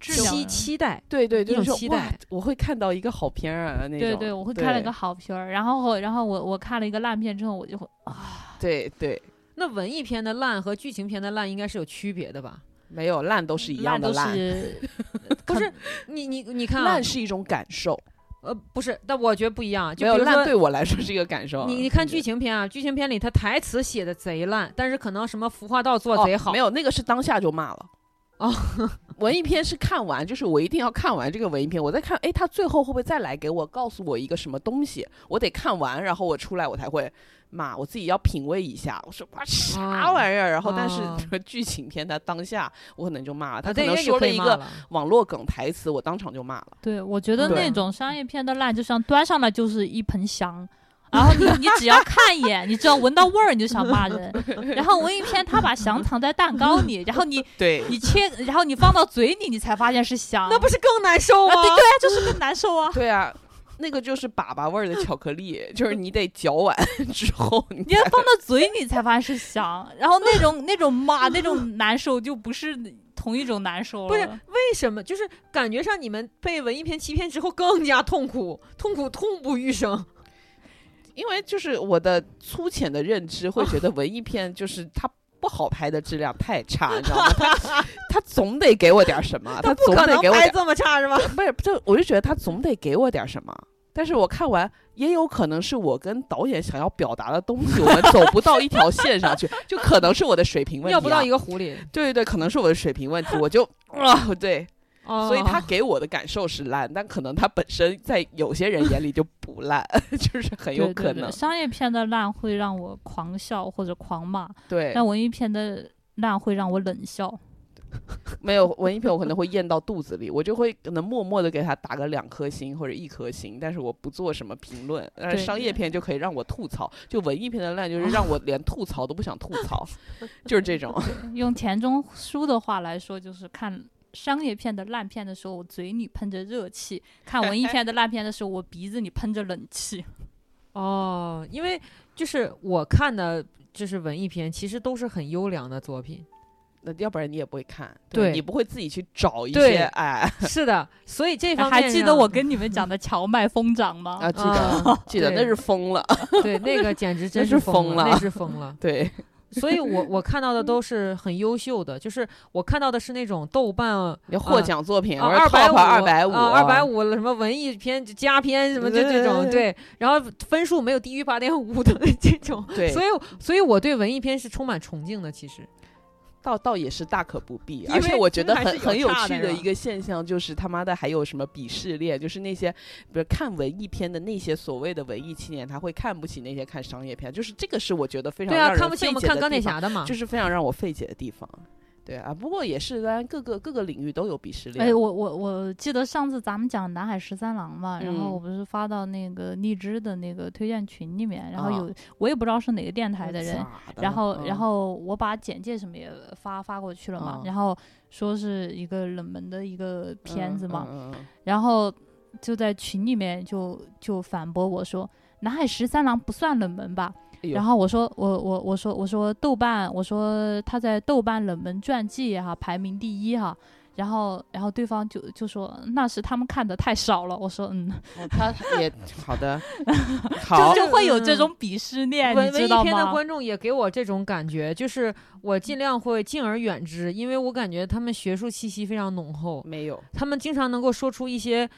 质量啊
期期待。
对对，
一
就
种
是说
期
哇
待，
我会看到一个好片儿啊那种。
对对，我会看了一个好片儿，然后然后我我看了一个烂片之后，我就会啊，
对对，
那文艺片的烂和剧情片的烂应该是有区别的吧？
没有烂都是一样
烂
的
都
烂，
是
不
可
是，你你你看、啊，
烂是一种感受，
呃不是，但我觉得不一样。啊就
没有
比如说
烂对我来说是一个感受啊。
你你看剧
情
情片啊，剧情片里他台词哦
哦
写的贼烂，但是可能什么服化道做贼好。哦
没有那个是当下就骂了。 文艺片是看完，就是我一定要看完这个文艺片，我再看，哎，他最后会不会再来给我告诉我一个什么东西？我得看完，然后我出来我才会，妈，我自己要品味一下。我说哇，啥
啊
玩意儿？然后但是、
啊
剧情片，它当下我可能就骂了，他
啊
可
对，
能
因为
说
可
了
以
一
骂
个
了
网络梗台词，我当场就骂了。
对，我觉得
对
那种商业片的烂，就像端上来就是一盆香，然后你你只要看一眼，你只要闻到味儿，你就想骂 人。然后文艺片他把香藏在蛋糕里，然后你
对
你切，然后你放到嘴里，你才发现是香。
那不是更难受吗？
啊，对对啊，就是更难受啊。
对啊，那个就是粑粑味儿的巧克力， 就是你得嚼完之后，你
你要放到嘴里才发现是香，然后那种那种骂那 种难受就不是同一种难受了。
不是为什么？就是感觉上你们被文艺片欺骗之后更加痛苦，痛苦痛不欲 生。
因为就是我的粗浅的认知会觉得文艺片就是它不好拍的质量太差，你知道 吗？它它总得给我点儿什么，它
不
总
可
得
能
给我
拍
点儿，
这么差是吧？
不是就我就觉得它总得给我点儿什么。但是我看完，也有可能是我跟导演想要表达的东西，我们走不到一条线上去，就可能是我的水平问题、啊。
尿不到一个壶里，
对对对，可能是我的水平问 题，我就啊， 对，
哦
所以他给我的感受是烂，但可能他本身在有些人眼里就不烂， 就是很有
对
可
对对，
能。
商业片的烂会让我狂笑或者狂骂，
对
但文艺片的烂会让我冷笑。
没有文艺片，我可能会咽到肚子里，我就会可能默默的给他打个两颗星或者一颗星，但是我不做什么评论。但是
对
商业片就可以让我吐槽，就文艺片的烂就是让我连吐槽都不想吐 槽，就是这种。
用田中书的话来说，就是看商业片的烂片的时候，我嘴里喷着热气；看文艺片的烂片的时候，我鼻子里喷着冷气。
哦，因为就是我看的，就是文艺片，其实都是很优良的作品。
那要不然你也不会看，
对
你不会自己去找一
对
些哎
是的，所以这方面
还记得
上
我跟你们讲的荞麦疯长吗？
啊，记
啊
得记得
对
那是疯了，
对 那个简直真
那是
疯
疯
了，
了
那是疯了。
对，
所以我我看到的都是很优秀的，就是我看到的是那种豆瓣啊
你获奖作品
嗯哦二百五、啊嗯
二百五、啊
二百五了，什么文艺片、佳片什么这这种，
对对
对，然后分数没有低于八点五的这种，
对
所以所以我对文艺片是充满崇敬的，其实，
倒倒也是大可不必，
因
而且
为
我
真
觉
的
得
还
很
是有
很有
差的
趣
是吧
一个现象，就是他妈的还有什么鄙视链，就是那些比如看文艺片的那些所谓的文艺青年，他会看不起那些看商业片，就是这个是我觉得非常
对啊，
让人
看不起
费
我们
解
看
的
钢铁
地方，
侠的嘛，
就是非常让我费解的地方。对啊，不过也是，当然各个各个领域都有鄙视链。
哎，我我我记得上次咱们讲南海十三郎嘛，然后
嗯
我不是发到那个荔枝的那个推荐群里面，然后
啊
有、我也不知道是哪个电台的人，
咋的了
然后、
嗯
然后我把简介什么也发发过去了嘛，
嗯
然后说是一个冷门的一个片子嘛，
嗯嗯嗯
然后就在群里面就就反驳我说南海十三郎不算冷门吧，
哎呦
然后我说我我我说我说豆瓣，我说他在豆瓣冷门传记哈、排名第一哈、然后然后对方就就说那是他们看的太少了，我说嗯，
哦他他也好 的，好
就，就会有这
嗯
种鄙视链，
文
你
文
知
艺
道
片的
吗？
观众也给我这种感觉，就是我尽量会敬而远之，因为我感觉他们学术气息非常浓厚，
没有，
他们经常能够说出一些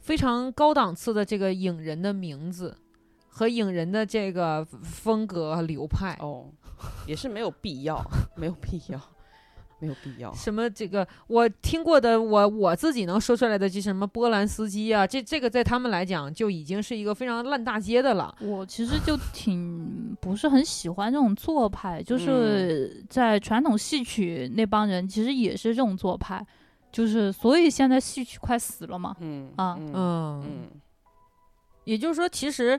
非常高档次的这个影人的名字和影人的这个风格和流派。
哦，也是没有必要， 没有必要，没有必要。
什么这个我听过的，我我自己能说出来的，就是什么波兰斯基啊，这这个在他们来讲就已经是一个非常烂大街的了。
我其实就挺不是很喜欢这种做派，就是在传统戏曲那帮人其实也是这种做派，就是所以现在戏曲快死了嘛。
嗯
啊
嗯
嗯，
嗯
也就是说，其实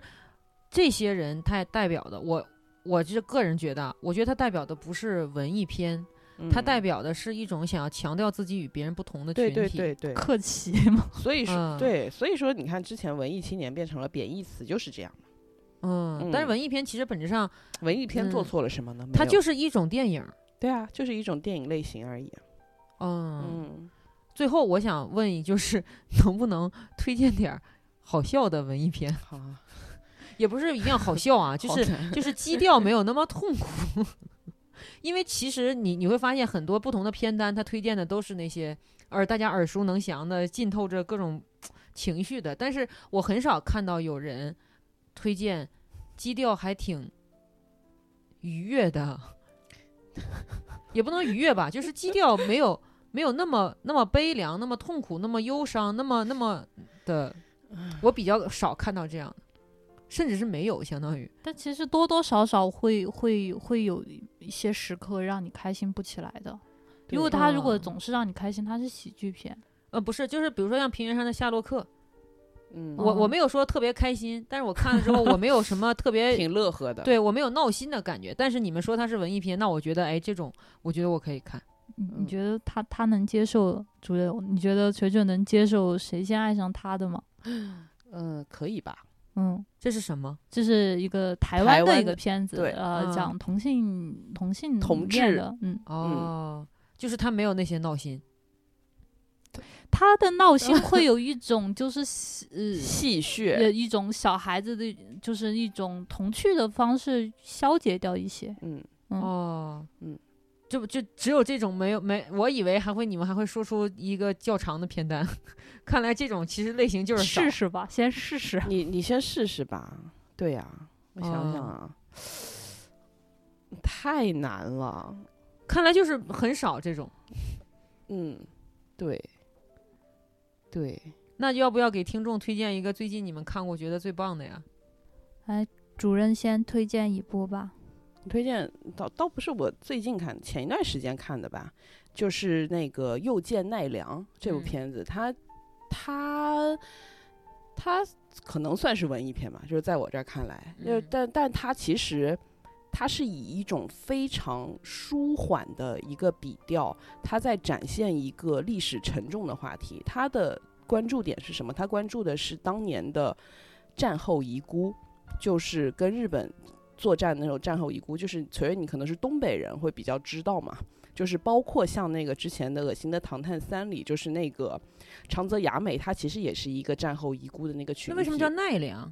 这些人他代表的，我我这个人觉得啊，我觉得他代表的不是文艺片，
嗯，
他代表的是一种想要强调自己与别人不同的群
对
体。
对对对，
客气 嘛，
所以
嗯
说对，所以说你看之前文艺青年变成了贬义词，就是这样。
嗯，但是
嗯
文艺片其实本质上
文艺片做
嗯
错了什么呢？没
它
有
就是一种电影儿。
对啊，就是一种电影类型而已。啊
嗯，
嗯，
最后我想问一，就是能不能推荐点儿好笑的文艺片？
好啊，
也不是一定要好 笑啊，就
好
是
惨
就是基调没有那么痛苦。 因为其实你你会发现很多不同的片单，它推荐的都是那些而大家耳熟能详的，浸透着各种情绪的。但是我很少看到有人推荐基调还挺 愉悦的，也不能愉悦吧，就是基调没有没有那么那么悲凉、那么痛苦、那么忧伤、那么那么的，我比较少看到这样的，甚至是没有，相当于
但其实多多少少会会会有一些时刻让你开心不起来的，因为它如果
啊
总是让你开心，它是喜剧片。
呃不是，就是比如说像《平原上的夏洛克》
嗯，
我我
哦
没有说特别开心，但是我看了之后我没有什么 特别
挺乐呵的。，
对我没有闹心的感觉，但是你们说它是文艺片，那我觉得，哎，这种我觉得我可以看。
你
嗯
你觉得他他能接受主流？你觉得锤锤能接受谁先爱上他的吗？
嗯、可以吧？
嗯，
这是什么？
这是一个台
台
湾的
湾
一个
的
片子，
对
呃，
嗯
讲同性同性
同
恋
志
的，嗯，
哦，就是他没有那些闹心，
他的闹心会有一种就是呃，
戏谑，
也一种小孩子的，就是一种童趣的方式消解掉一些。
嗯，
嗯
哦，
嗯，
就就只有这种没有没，我以为还会你们还会说出一个较长的片单， 看来这种其实类型就是少
试试吧，先试试。
你你先试试吧。对呀、我想想
哦
啊，太难了。
看来就是很少这种。
嗯，对，对，
那要不要给听众推荐一个最近你们看过觉得最棒的呀？
主任先推荐一部吧。
你推荐倒倒不是我最近看，前一段时间看的吧，就是那个《又见奈良》这部
嗯
片子，它它它可能算是文艺片吧，就是在我这儿看来，就是
嗯
但但它其实。它是以一种非常舒缓的一个笔调，它在展现一个历史沉重的话题。它的关注点是什么？它关注的是当年的战后遗孤，就是跟日本作战那种战后遗孤，就是所以你可能是东北人会比较知道嘛，就是包括像那个之前的《恶心的唐探三》里，就是那个长泽雅美，她其实也是一个战后遗孤的那个群
那
体。
为什么叫奈良？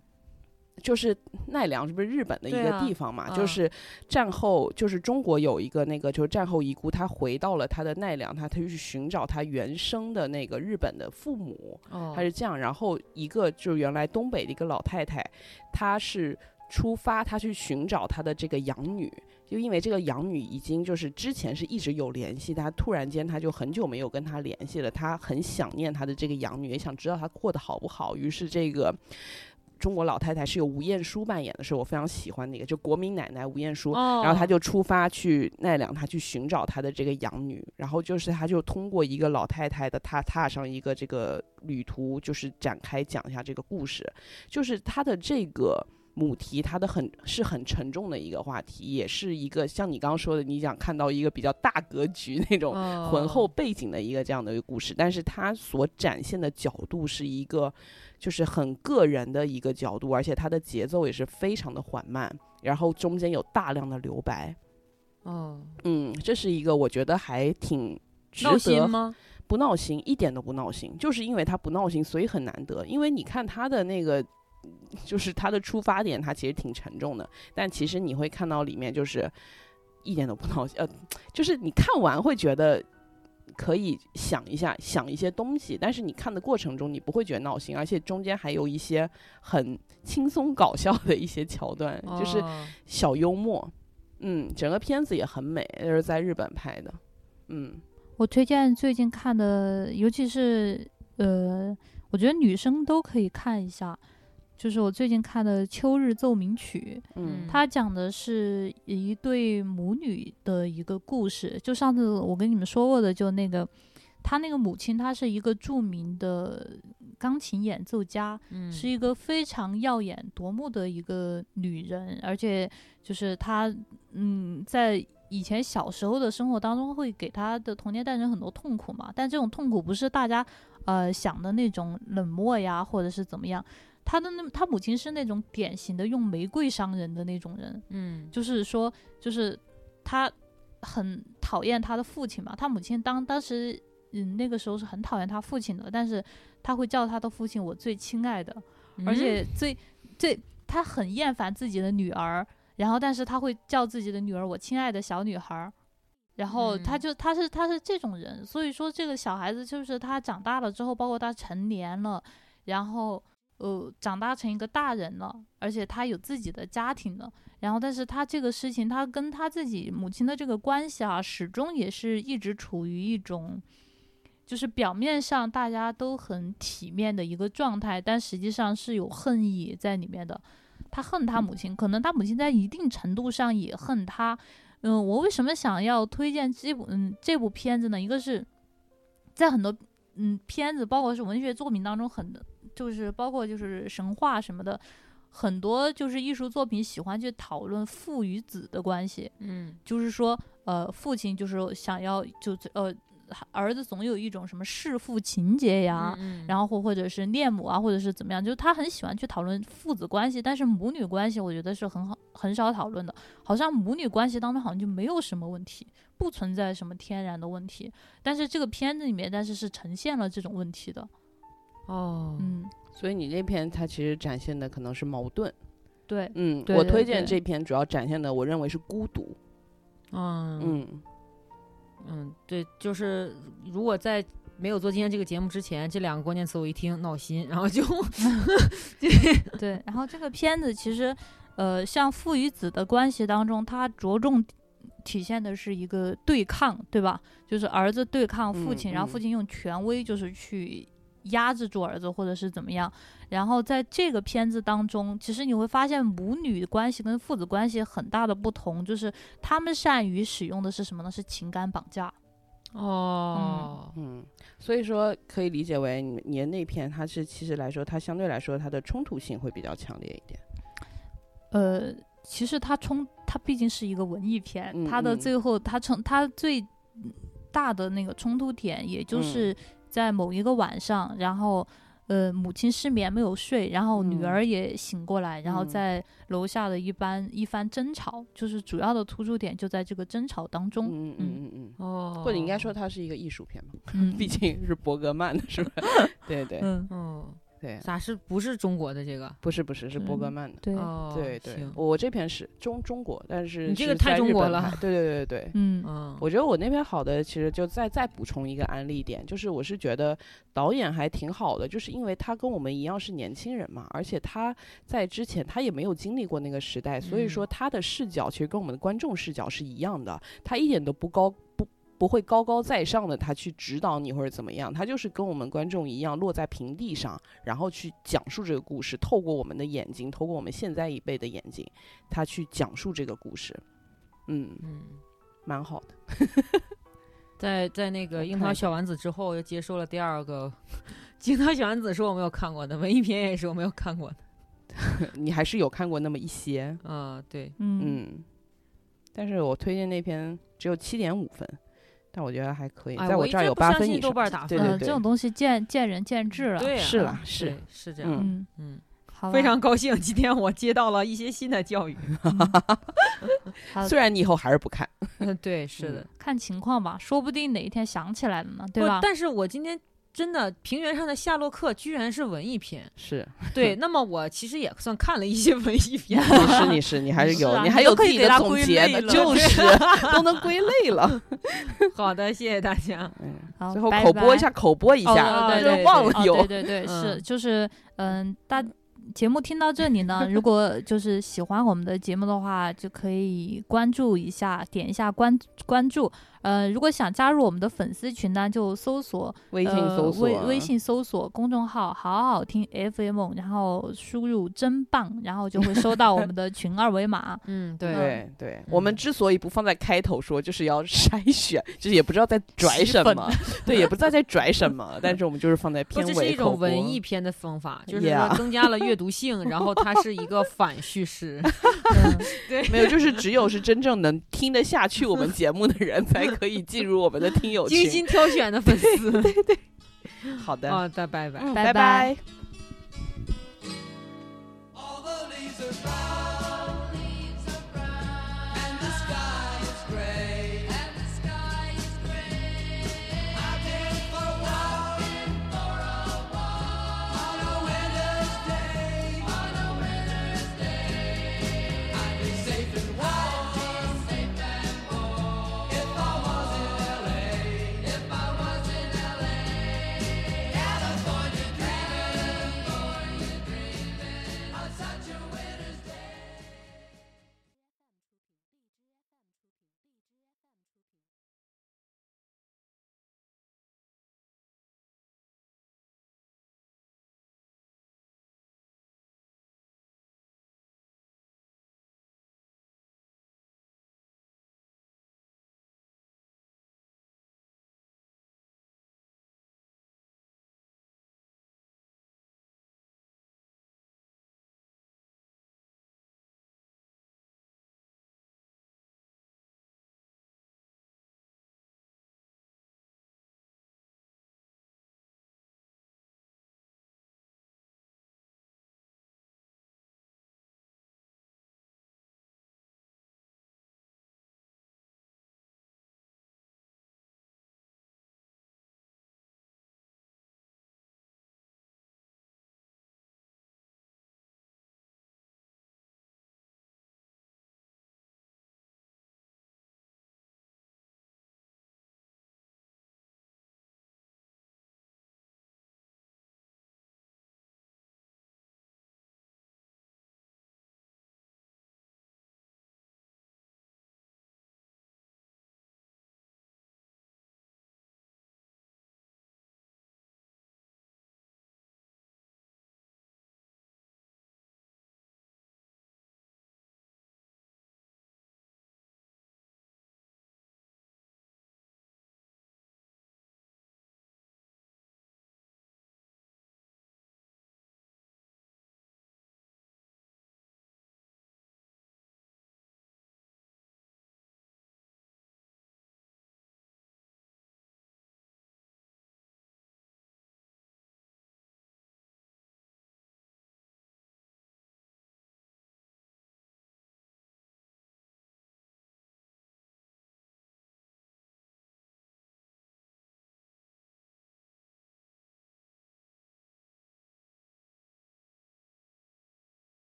就是奈良，是不是日本的一
对
个
啊
地方嘛？
啊
就是战后，就是中国有一个那个，就是战后遗孤，他回到了他的奈良，他他去寻找他原生的那个日本的父母，
哦
他是这样。然后一个就是原来东北的一个老太太，她是出发，她去寻找她的这个养女，就因为这个养女已经就是之前是一直有联系，她突然间她就很久没有跟她联系了，她很想念她的这个养女，也想知道她过得好不好，于是这个。中国老太太是由吴彦姝扮演的，是我非常喜欢的一个，就国民奶奶吴彦姝。
哦，
然后他就出发去奈良，他去寻找他的这个养女，然后就是他就通过一个老太太的，他踏上一个这个旅途，就是展开讲一下这个故事，就是他的这个。母题，它的很是很沉重的一个话题，也是一个像你刚刚说的，你想看到一个比较大格局那种
哦
浑厚背景的一个这样的一个故事，但是它所展现的角度是一个就是很个人的一个角度，而且它的节奏也是非常的缓慢，然后中间有大量的留白，
哦，
嗯，这是一个我觉得还挺值
闹心
得
吗？
不闹心，一点都不闹心，就是因为它不闹心，所以很难得。因为你看它的那个， 就是它的出发点，它其实挺沉重的，但其实你会看到里面就是一点都不闹心，呃，就是你看完会觉得。可以想一下，想一些东西，但是你看的过程中，你不会觉得闹心，而且中间还有一些很轻松搞笑的一些桥段，就是
哦
小幽默，嗯，整个片子也很美，就是在日本拍的，嗯，
我推荐最近看的，尤其是呃，我觉得女生都可以看一下，就是我最近看的《秋日奏鸣曲》，
嗯
它讲的是一对母女的一个故事。就上次我跟你们说过的，就那个她那个母亲，她是一个著名的钢琴演奏家，
嗯
是一个非常耀眼夺目的一个女人，而且就是她，嗯，在以前小时候的生活当中，会给她的童年带来很多痛苦嘛。但这种痛苦不是大家呃想的那种冷漠呀，或者是怎么样。她的那她母亲是那种典型的用玫瑰伤人的那种人，
嗯
就是说，就是他很讨厌他的父亲嘛，他母亲当当时嗯那个时候是很讨厌他父亲的，但是他会叫他的父亲我最亲爱的，
嗯
而且最最他很厌烦自己的女儿，然后但是他会叫自己的女儿我亲爱的小女孩儿。然后他
嗯
就他是他是这种人，所以说这个小孩子就是他长大了之后，包括他成年了，然后呃长大成一个大人了，而且他有自己的家庭了，然后但是他这个事情，他跟他自己母亲的这个关系啊，始终也是一直处于一种就是表面上大家都很体面的一个状态，但实际上是有恨意在里面的。他恨他母亲，可能他母亲在一定程度上也恨他。嗯，我为什么想要推荐这部嗯这部片子呢？一个是在很多嗯片子，包括是文学作品当中很，就是包括就是神话什么的，很多就是艺术作品喜欢去讨论父与子的关系。
嗯
就是说，呃，父亲就是想要就呃，儿子总有一种什么弑父情节呀，
嗯
然后或或者是恋母啊，或者是怎么样，就是他很喜欢去讨论父子关系，但是母女关系我觉得是很好很少讨论的，好像母女关系当中好像就没有什么问题，不存在什么天然的问题，但是这个片子里面，但是是呈现了这种问题的，
哦，
嗯，
所以你这篇它其实展现的可能是矛盾。
对，
嗯，
对
我
对
推荐
对
这篇主要展现的，我认为是孤独。
嗯
嗯，
嗯，对，就是如果在没有做今天这个节目之前，这两个关键词我一听闹心，然 后就
对，然后这个片子其实，呃，像父与子的关系当中，它着重体现的是一个对抗，对吧？就是儿子对抗父亲，
嗯
然后父亲用权威就是去压制住儿子，或者是怎么样。然后在这个片子当中，其实你会发现母女关系跟父子关系很大的不同，就是他们善于使用的是什么呢？是情感绑架。
哦，
嗯，所以说可以理解为你你的那篇，它是其实来说，它相对来说它的冲突性会比较强烈一点。
呃，其实它冲，它毕竟是一个文艺片，
嗯
它的
嗯
最后它冲，它最大的那个冲突点，也就
嗯
是在某一个晚上，然后。呃，母亲失眠没有睡，然后女
嗯
儿也醒过来，然后
嗯
在楼下的一般一番争吵，就是主要的突出点就在这个争吵当中。
嗯嗯嗯嗯
哦，
嗯，或者应该说，它是一个艺术片嘛，
嗯，
毕竟是伯格曼的 是吧？对对
嗯，
嗯，
对，
咋是不是中国的这个？
不是不是是伯格
嗯
曼的。
对，
哦，
对对
行，
我这篇是中中国，但是
你这个
是
太
在
中
日
国
本
了
拍对对对对，
嗯
嗯，
我觉得我那边好的，其实就再再补充一个案例点，就是我是觉得导演还挺好的，就是因为他跟我们一样是年轻人嘛，而且他在之前他也没有经历过那个时代，所以说
嗯
他的视角其实跟我们的观众视角是一样的，他一点都不高不。不会高高在上的，他去指导你或者怎么样，他就是跟我们观众一样落在平地上，然后去讲述这个故事，透过我们的眼睛，透过我们现在一辈的眼睛，他去讲述这个故事，嗯，
嗯。
蛮好的。
在在那个《
我
樱
看
桃
一
小丸子》之后，又接收了第二个《樱桃小丸子》，是我没有看过的，文艺片也是我没有看过的。
你还是有看过那么一些，
嗯，对，
嗯
嗯，但是我推荐那篇只有七点五分，但我觉得还可以，
哎
在
我一
这儿
直
有
不
八
相
分
信
以
豆
上。
瓣打
对
嗯、
分
呃，这种东西见见仁见智了。
对啊
是啦是
对是这样，
嗯啊
嗯，
嗯，
好吧，嗯
非常高兴，今天我接到了一些新的教育。
好
虽然你以后还是不看，，
嗯，对，是的，
看情况吧，说不定哪一天想起来了呢，对
不
吧？
但是我今天真的《平原上的夏洛克》居然是文艺片
是。
对，那么我其实也算看了一些文艺片
你是你是你还是
是
有，
啊
你
你
还
都
有
可
自
以
己
给
的
它
总
归
结
类
呢，
了
就
对
是都能归类了。
啊 好的，谢谢大家。
好，
最后
拜
口播一
拜
下，口播一
嗯哦
下，
对
就
对对
忘了
哦，
有
对。对对，是
嗯
就是嗯，大节目听到这里 呢，如果就是喜欢我们的节目的话，就可以关注一下，点一下关关注。呃，如果想加入我们的粉丝群呢，就搜索
微信搜索，啊
呃、微微信搜索公众号“好好听 FM”，然后输入“真棒”，然后就会收到我们的群二维码。
嗯，对
对对，我们之所以不放在开头说，就是要筛 选，就是也不知道在拽
吸
什
粉
么，对，也不知道在拽什么， 但是我们就是放在
不，
片
这是
尾
一
口
种
播。
文艺片的方法，就是说
Yeah
增加了阅读性，然后它是一个反叙事。
嗯
没有，就是只有是真正能听得下去我们节目的 人，才可以进入我们的听友
精
群。
心挑选的粉丝。
好的，
好的，拜拜。
嗯
拜
哦拜
拜
拜
All the leaves are brown.